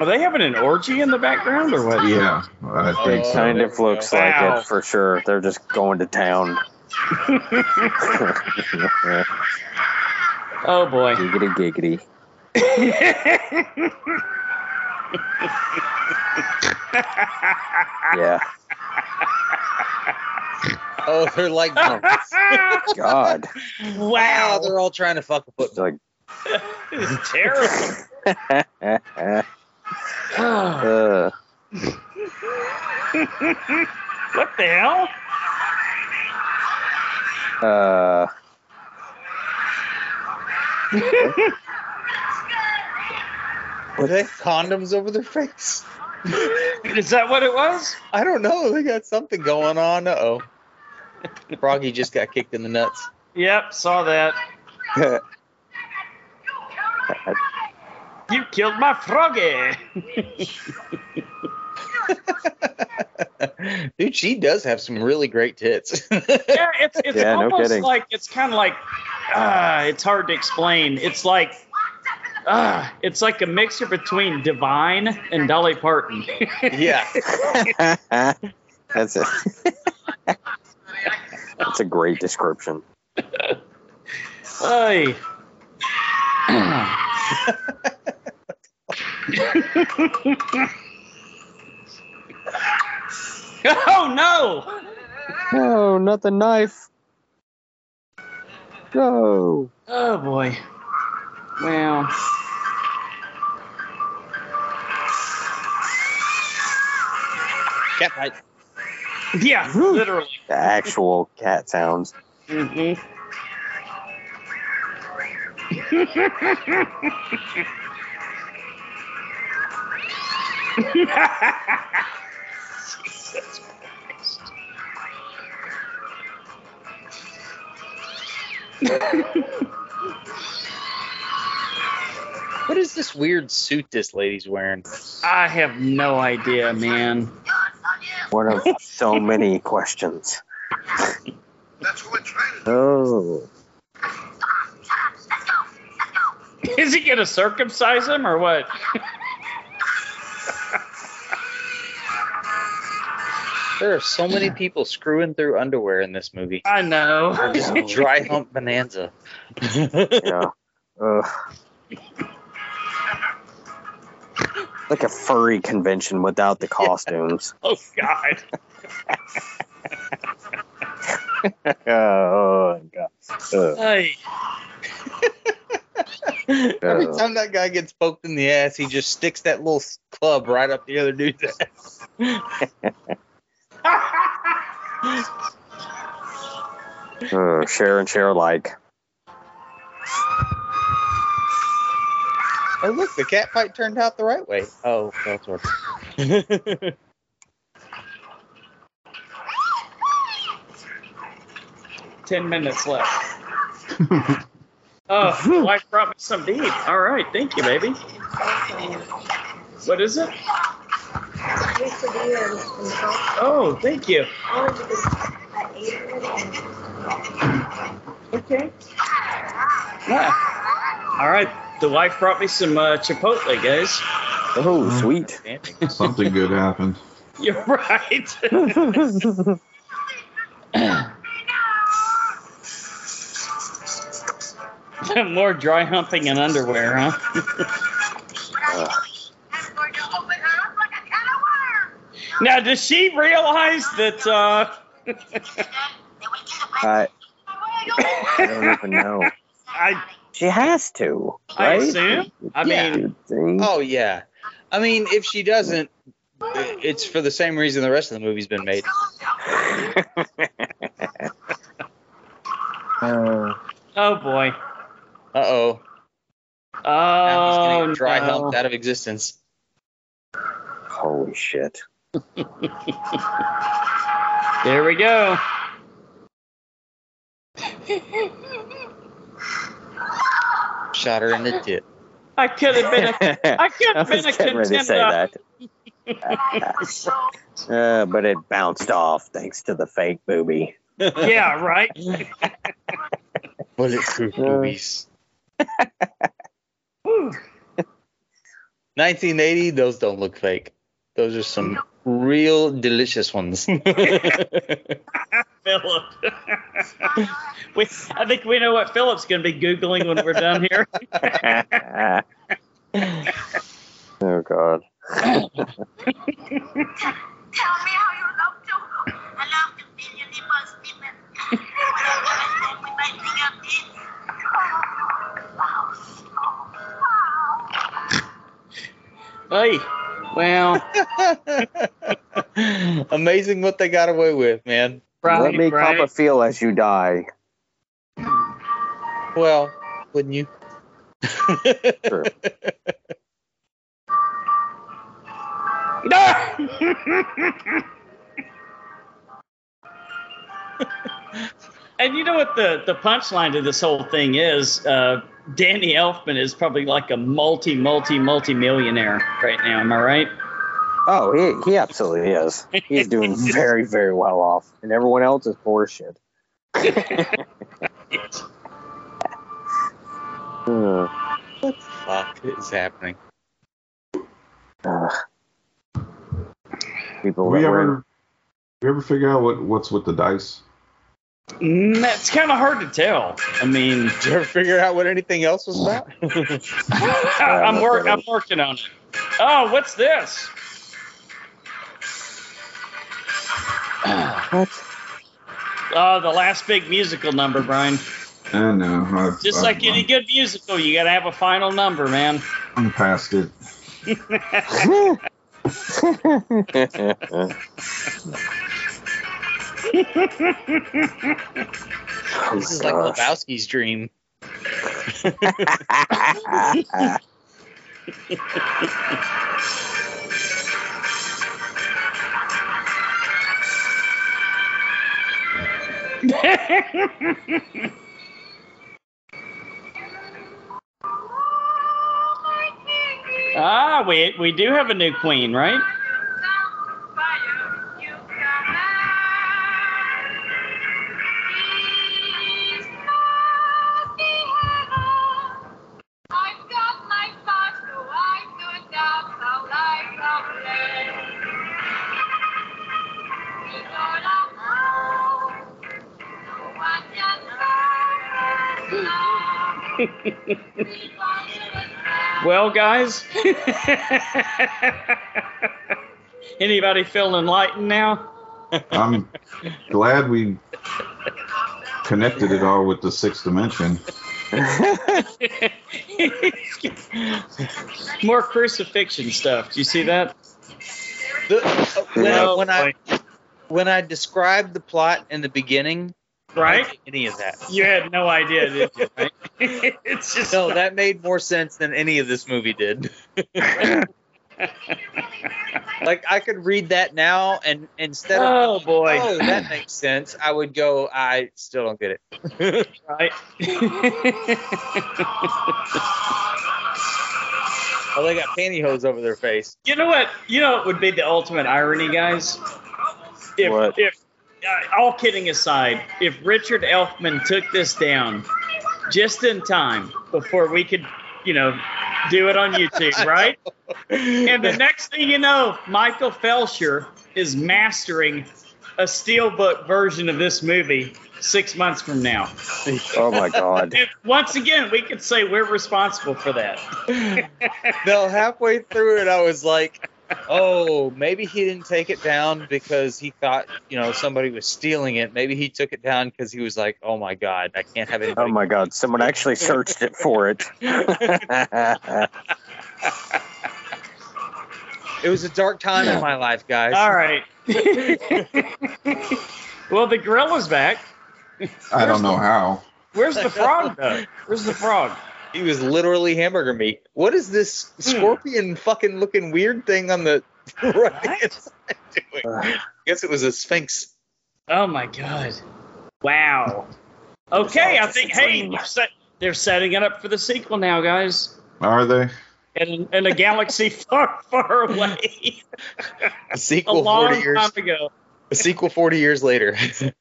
Are they having an orgy in the background or what?
Yeah, I think
It kind
so.
of looks
Wow.
like it for sure. They're just going to town. [laughs] giggity
[laughs] Oh boy. [laughs]
giggity. Yeah.
oh, they're like, wow,
Oh.
God. [laughs]
wow,
they're all trying to fuck a
It's
football.
like,
this is terrible.
eh, eh, uh,
what the hell?
uh,
Were they condoms over their face?
Is that what it was?
I don't know. They got something going on. Uh oh. Froggy just got kicked in
[laughs]
the nuts.
Yep, saw that. You killed my froggy.
[laughs] Dude, she does have some really great tits. [laughs]
yeah, it's it's
Yeah, no
almost
kidding.
like it's kind of like uh, it's hard to explain. It's like uh, it's like a mixture between Divine and Dolly Parton. [laughs]
yeah.
that's it. that's a great description.
Hey. [clears throat] oh no!
No, not the knife. No.
Oh boy. Wow.
Cat bite.
Yeah, literally.
The actual cat sounds.
Mm-hmm.
What is this weird suit this lady's wearing?
I have no idea, man. [laughs]
One of so many questions.
That's what we're trying to
Oh.
Is he gonna circumcise him or what?
There are so many people screwing through underwear in this movie.
I know. [laughs]
It's dry hump bonanza.
Yeah.
[laughs]
Ugh. Like a furry convention without the costumes.
oh God.
Uh, oh, God. Ugh.
Hey. [laughs]
Every
Yeah.
time that guy gets poked in the ass, he just sticks that little s- club right up the other dude's ass.
Uh, share and share alike.
Oh look, the cat fight turned out the right way. Oh, that's what.
Ten minutes left. Oh, my wife brought me some to eat. All right, thank you, baby. What is it?
Used to be in control.
Oh, thank you.
I wanted to be I ate it and
Okay. Yeah. All right. The wife brought me some uh, Chipotle, guys.
Oh, sweet.
Something good happened.
[laughs] You're right.
[laughs]
[laughs] [laughs] More dry humping and underwear, huh? [laughs]
I'm going to open her up like a can of worms.
Now, does she realize that? Uh,
I,
I'm going to
I don't even know.
[laughs] I
She has to,
I
right?
assume. I
Yeah.
mean,
You'd think.
Oh yeah, I mean, if she doesn't, i- it's for the same reason the rest of the movie's been made.
[laughs] Uh,
oh boy.
Uh oh,
Oh
dry
no.
humped out of existence.
holy shit.
There we go.
Shot her in the tit.
I could have been a. I could
[laughs] I
have
was
been a
getting ready to say
contender.
that. [laughs] uh, but it bounced off thanks to the fake booby.
[laughs]
[laughs]
Yeah, right.
Bulletproof
Uh.
boobies. 1980. Those don't look fake. Those are some real delicious ones. [laughs]
Philip. [laughs] we, I think we know what Philip's going to be googling when we're done here. [laughs]
oh god.
Tell me how you love to I love to feel your nipples [laughs] steaming. When I think of this. Oh,
Hey, well,
Amazing what they got away with, man.
right,
Let me
right.
cop a feel as you die.
Well, wouldn't you? [laughs]
True.
and you know what the, the punchline to this whole thing is? Uh, Danny Elfman is probably like a multi, multi, multi millionaire right now. Am I right?
Oh, he he absolutely is. He's [laughs] doing very, very well off. And everyone else is poor as [laughs] shit. Uh,
Fuck is happening.
uh. People
we
that were
ever, we ever figure out what, what's with the dice?
Mm, It's kind of hard to tell. I [laughs] mean,
Did you ever figure out what anything else was about?
I'm,
that's
work,
better.
I'm working on it. Oh, what's [sighs] this?
what?
Oh, the last big musical number, Brian.
I know. I've,
Just
I've-
like any good musical, you got to have a final number, man.
I'm past it.
Oh,
this is like
gosh.
Lebowski's dream.
ah, we we do have a new queen, [laughs]
[laughs]
right?
Thank
well, guys, anybody feel enlightened now?
I'm glad we connected it all with the sixth dimension.
More crucifixion stuff. Do you see that?
The, uh, when,
No
I, when I when I described the plot in the beginning, I
Right?
didn't get any of that.
You had no idea, did you? Right? [laughs] it's just
No, that made more sense than any of this movie did. like I could read that now, and instead of
oh boy,
oh that makes sense, I would go I still don't get it.
right?
oh, they got pantyhose over their face.
you know what? You know what would be the ultimate irony, guys? If
What?
if uh, all kidding aside, if Richard Elfman took this down just in time before we could, you know, do it on YouTube, right? And the next thing you know, Michael Felsher is mastering a steelbook version of this movie six months from now.
Oh my god.
And once again, we could say we're responsible for that.
no, halfway through it, I was like, oh, maybe he didn't take it down because he thought, you know, somebody was stealing it. Maybe he took it down because he was like, oh my God, I can't have
Oh
anybody.
my god, someone actually searched it for it.
It was a dark time in my life, guys.
All right. well, the gorilla's back.
I don't know how.
Where's the frog, [laughs] though? Where's the frog?
He was literally hamburger meat. What is this
Hmm.
scorpion fucking looking weird thing on the [laughs] right hand side doing? Guess it was a sphinx.
Oh, my God. Wow. Okay, I think, hey, they're, set, they're setting it up for the sequel now, guys.
Are they?
In, in a galaxy [laughs] far, far [laughs] away.
A
a
sequel
long time
40 years.
ago.
A sequel 40 years later. [laughs]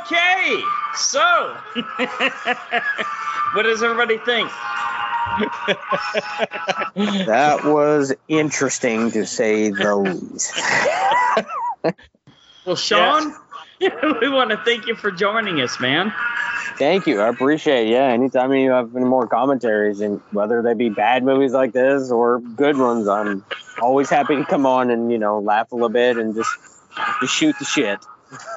Okay, so [laughs] what does everybody think?
that was interesting to say the least.
Well, Sean, [laughs] we want to thank you for joining us, man.
Thank you. I appreciate it. Yeah, anytime you have any more commentaries, and whether they be bad movies like this or good ones, I'm always happy to come on and, you know, laugh a little bit and just, just shoot the shit.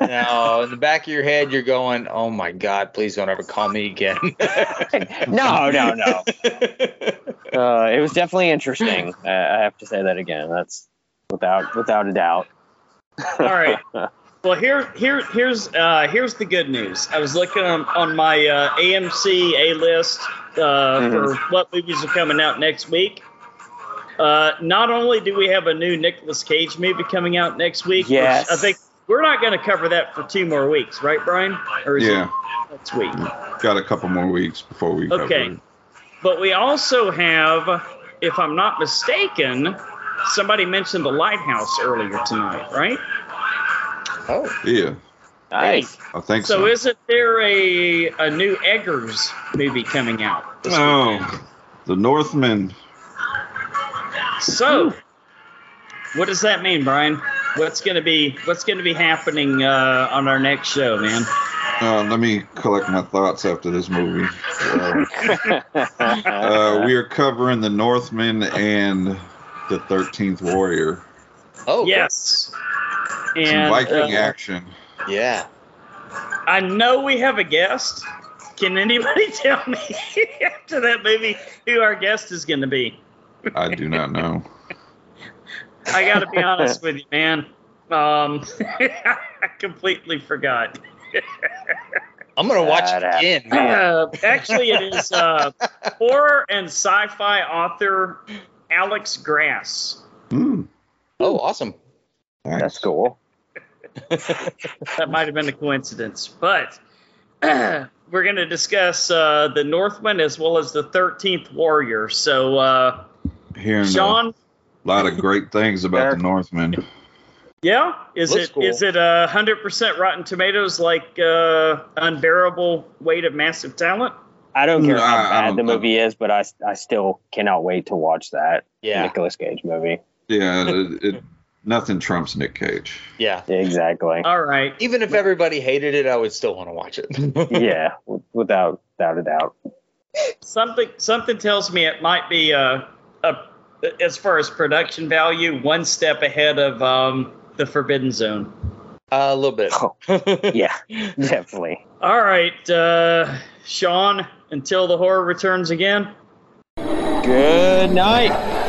No, in the back of your head, you're going, "Oh my God, please don't ever call me
[laughs]
again."
[laughs]
Oh,
No, no, no. Uh, it was definitely interesting. Uh, I have to say that again. That's without without a doubt.
All right. Well, here, here, here's, uh, here's the good news. I was looking on, on my uh, AMC A list uh, for what movies are coming out next week. Uh, not only do we have a new Nicolas Cage movie coming out next week, which
Yes.
I think we're not going to cover that for two more weeks, right, Brian? Or is
Yeah,
it next week?
got a couple more weeks before we cover
Okay.
it.
But we also have, if I'm not mistaken, somebody mentioned the lighthouse earlier tonight, right?
oh,
Yeah,
[laughs] Nice.
I think so.
So isn't there a a new Eggers movie coming out? this
oh, the Northmen.
week? So what does that mean, Brian? What's gonna be what's gonna be happening uh, on our next show, man?
Uh, let me collect my thoughts after
[laughs]
this movie. Uh, uh, we are covering the Northmen and the Thirteenth Warrior.
[laughs] oh,
Yes.
Some
And
Viking
uh,
action.
yeah.
I know we have a guest. Can anybody [laughs] tell me after that movie who our guest is going to be?
I do not know.
I gotta be
[laughs]
honest with you, man. Um, [laughs] I completely forgot.
I'm gonna watch it
That
again. man.
Uh, actually, it is uh, horror and sci-fi author Alex Grass.
Hmm.
Oh, awesome.
That's cool.
That might have been a coincidence, but [clears throat] we're gonna discuss uh, the Northman as well as the Thirteenth Warrior. So, uh,
Hearing a
Sean,
lot of great things about the Northmen.
yeah, is
Looks
it
cool.
is it a hundred percent Rotten Tomatoes like uh, unbearable weight of massive talent?
I don't care how
Nah, I
bad
don't
the
know.
movie is, but I, I still cannot wait to watch that
Yeah.
Nicolas Cage movie.
Yeah, it, it Nothing trumps Nick Cage.
Yeah.
Exactly.
All right.
Even if everybody hated it, I would still want to watch it. [laughs]
yeah, w- without without a doubt.
Something something tells me it might be uh, a, as far as production value, one step ahead of um, the Forbidden Zone.
a little bit.
Oh, yeah, [laughs] definitely.
All right, uh, Sean. Until the horror returns again.
Good night.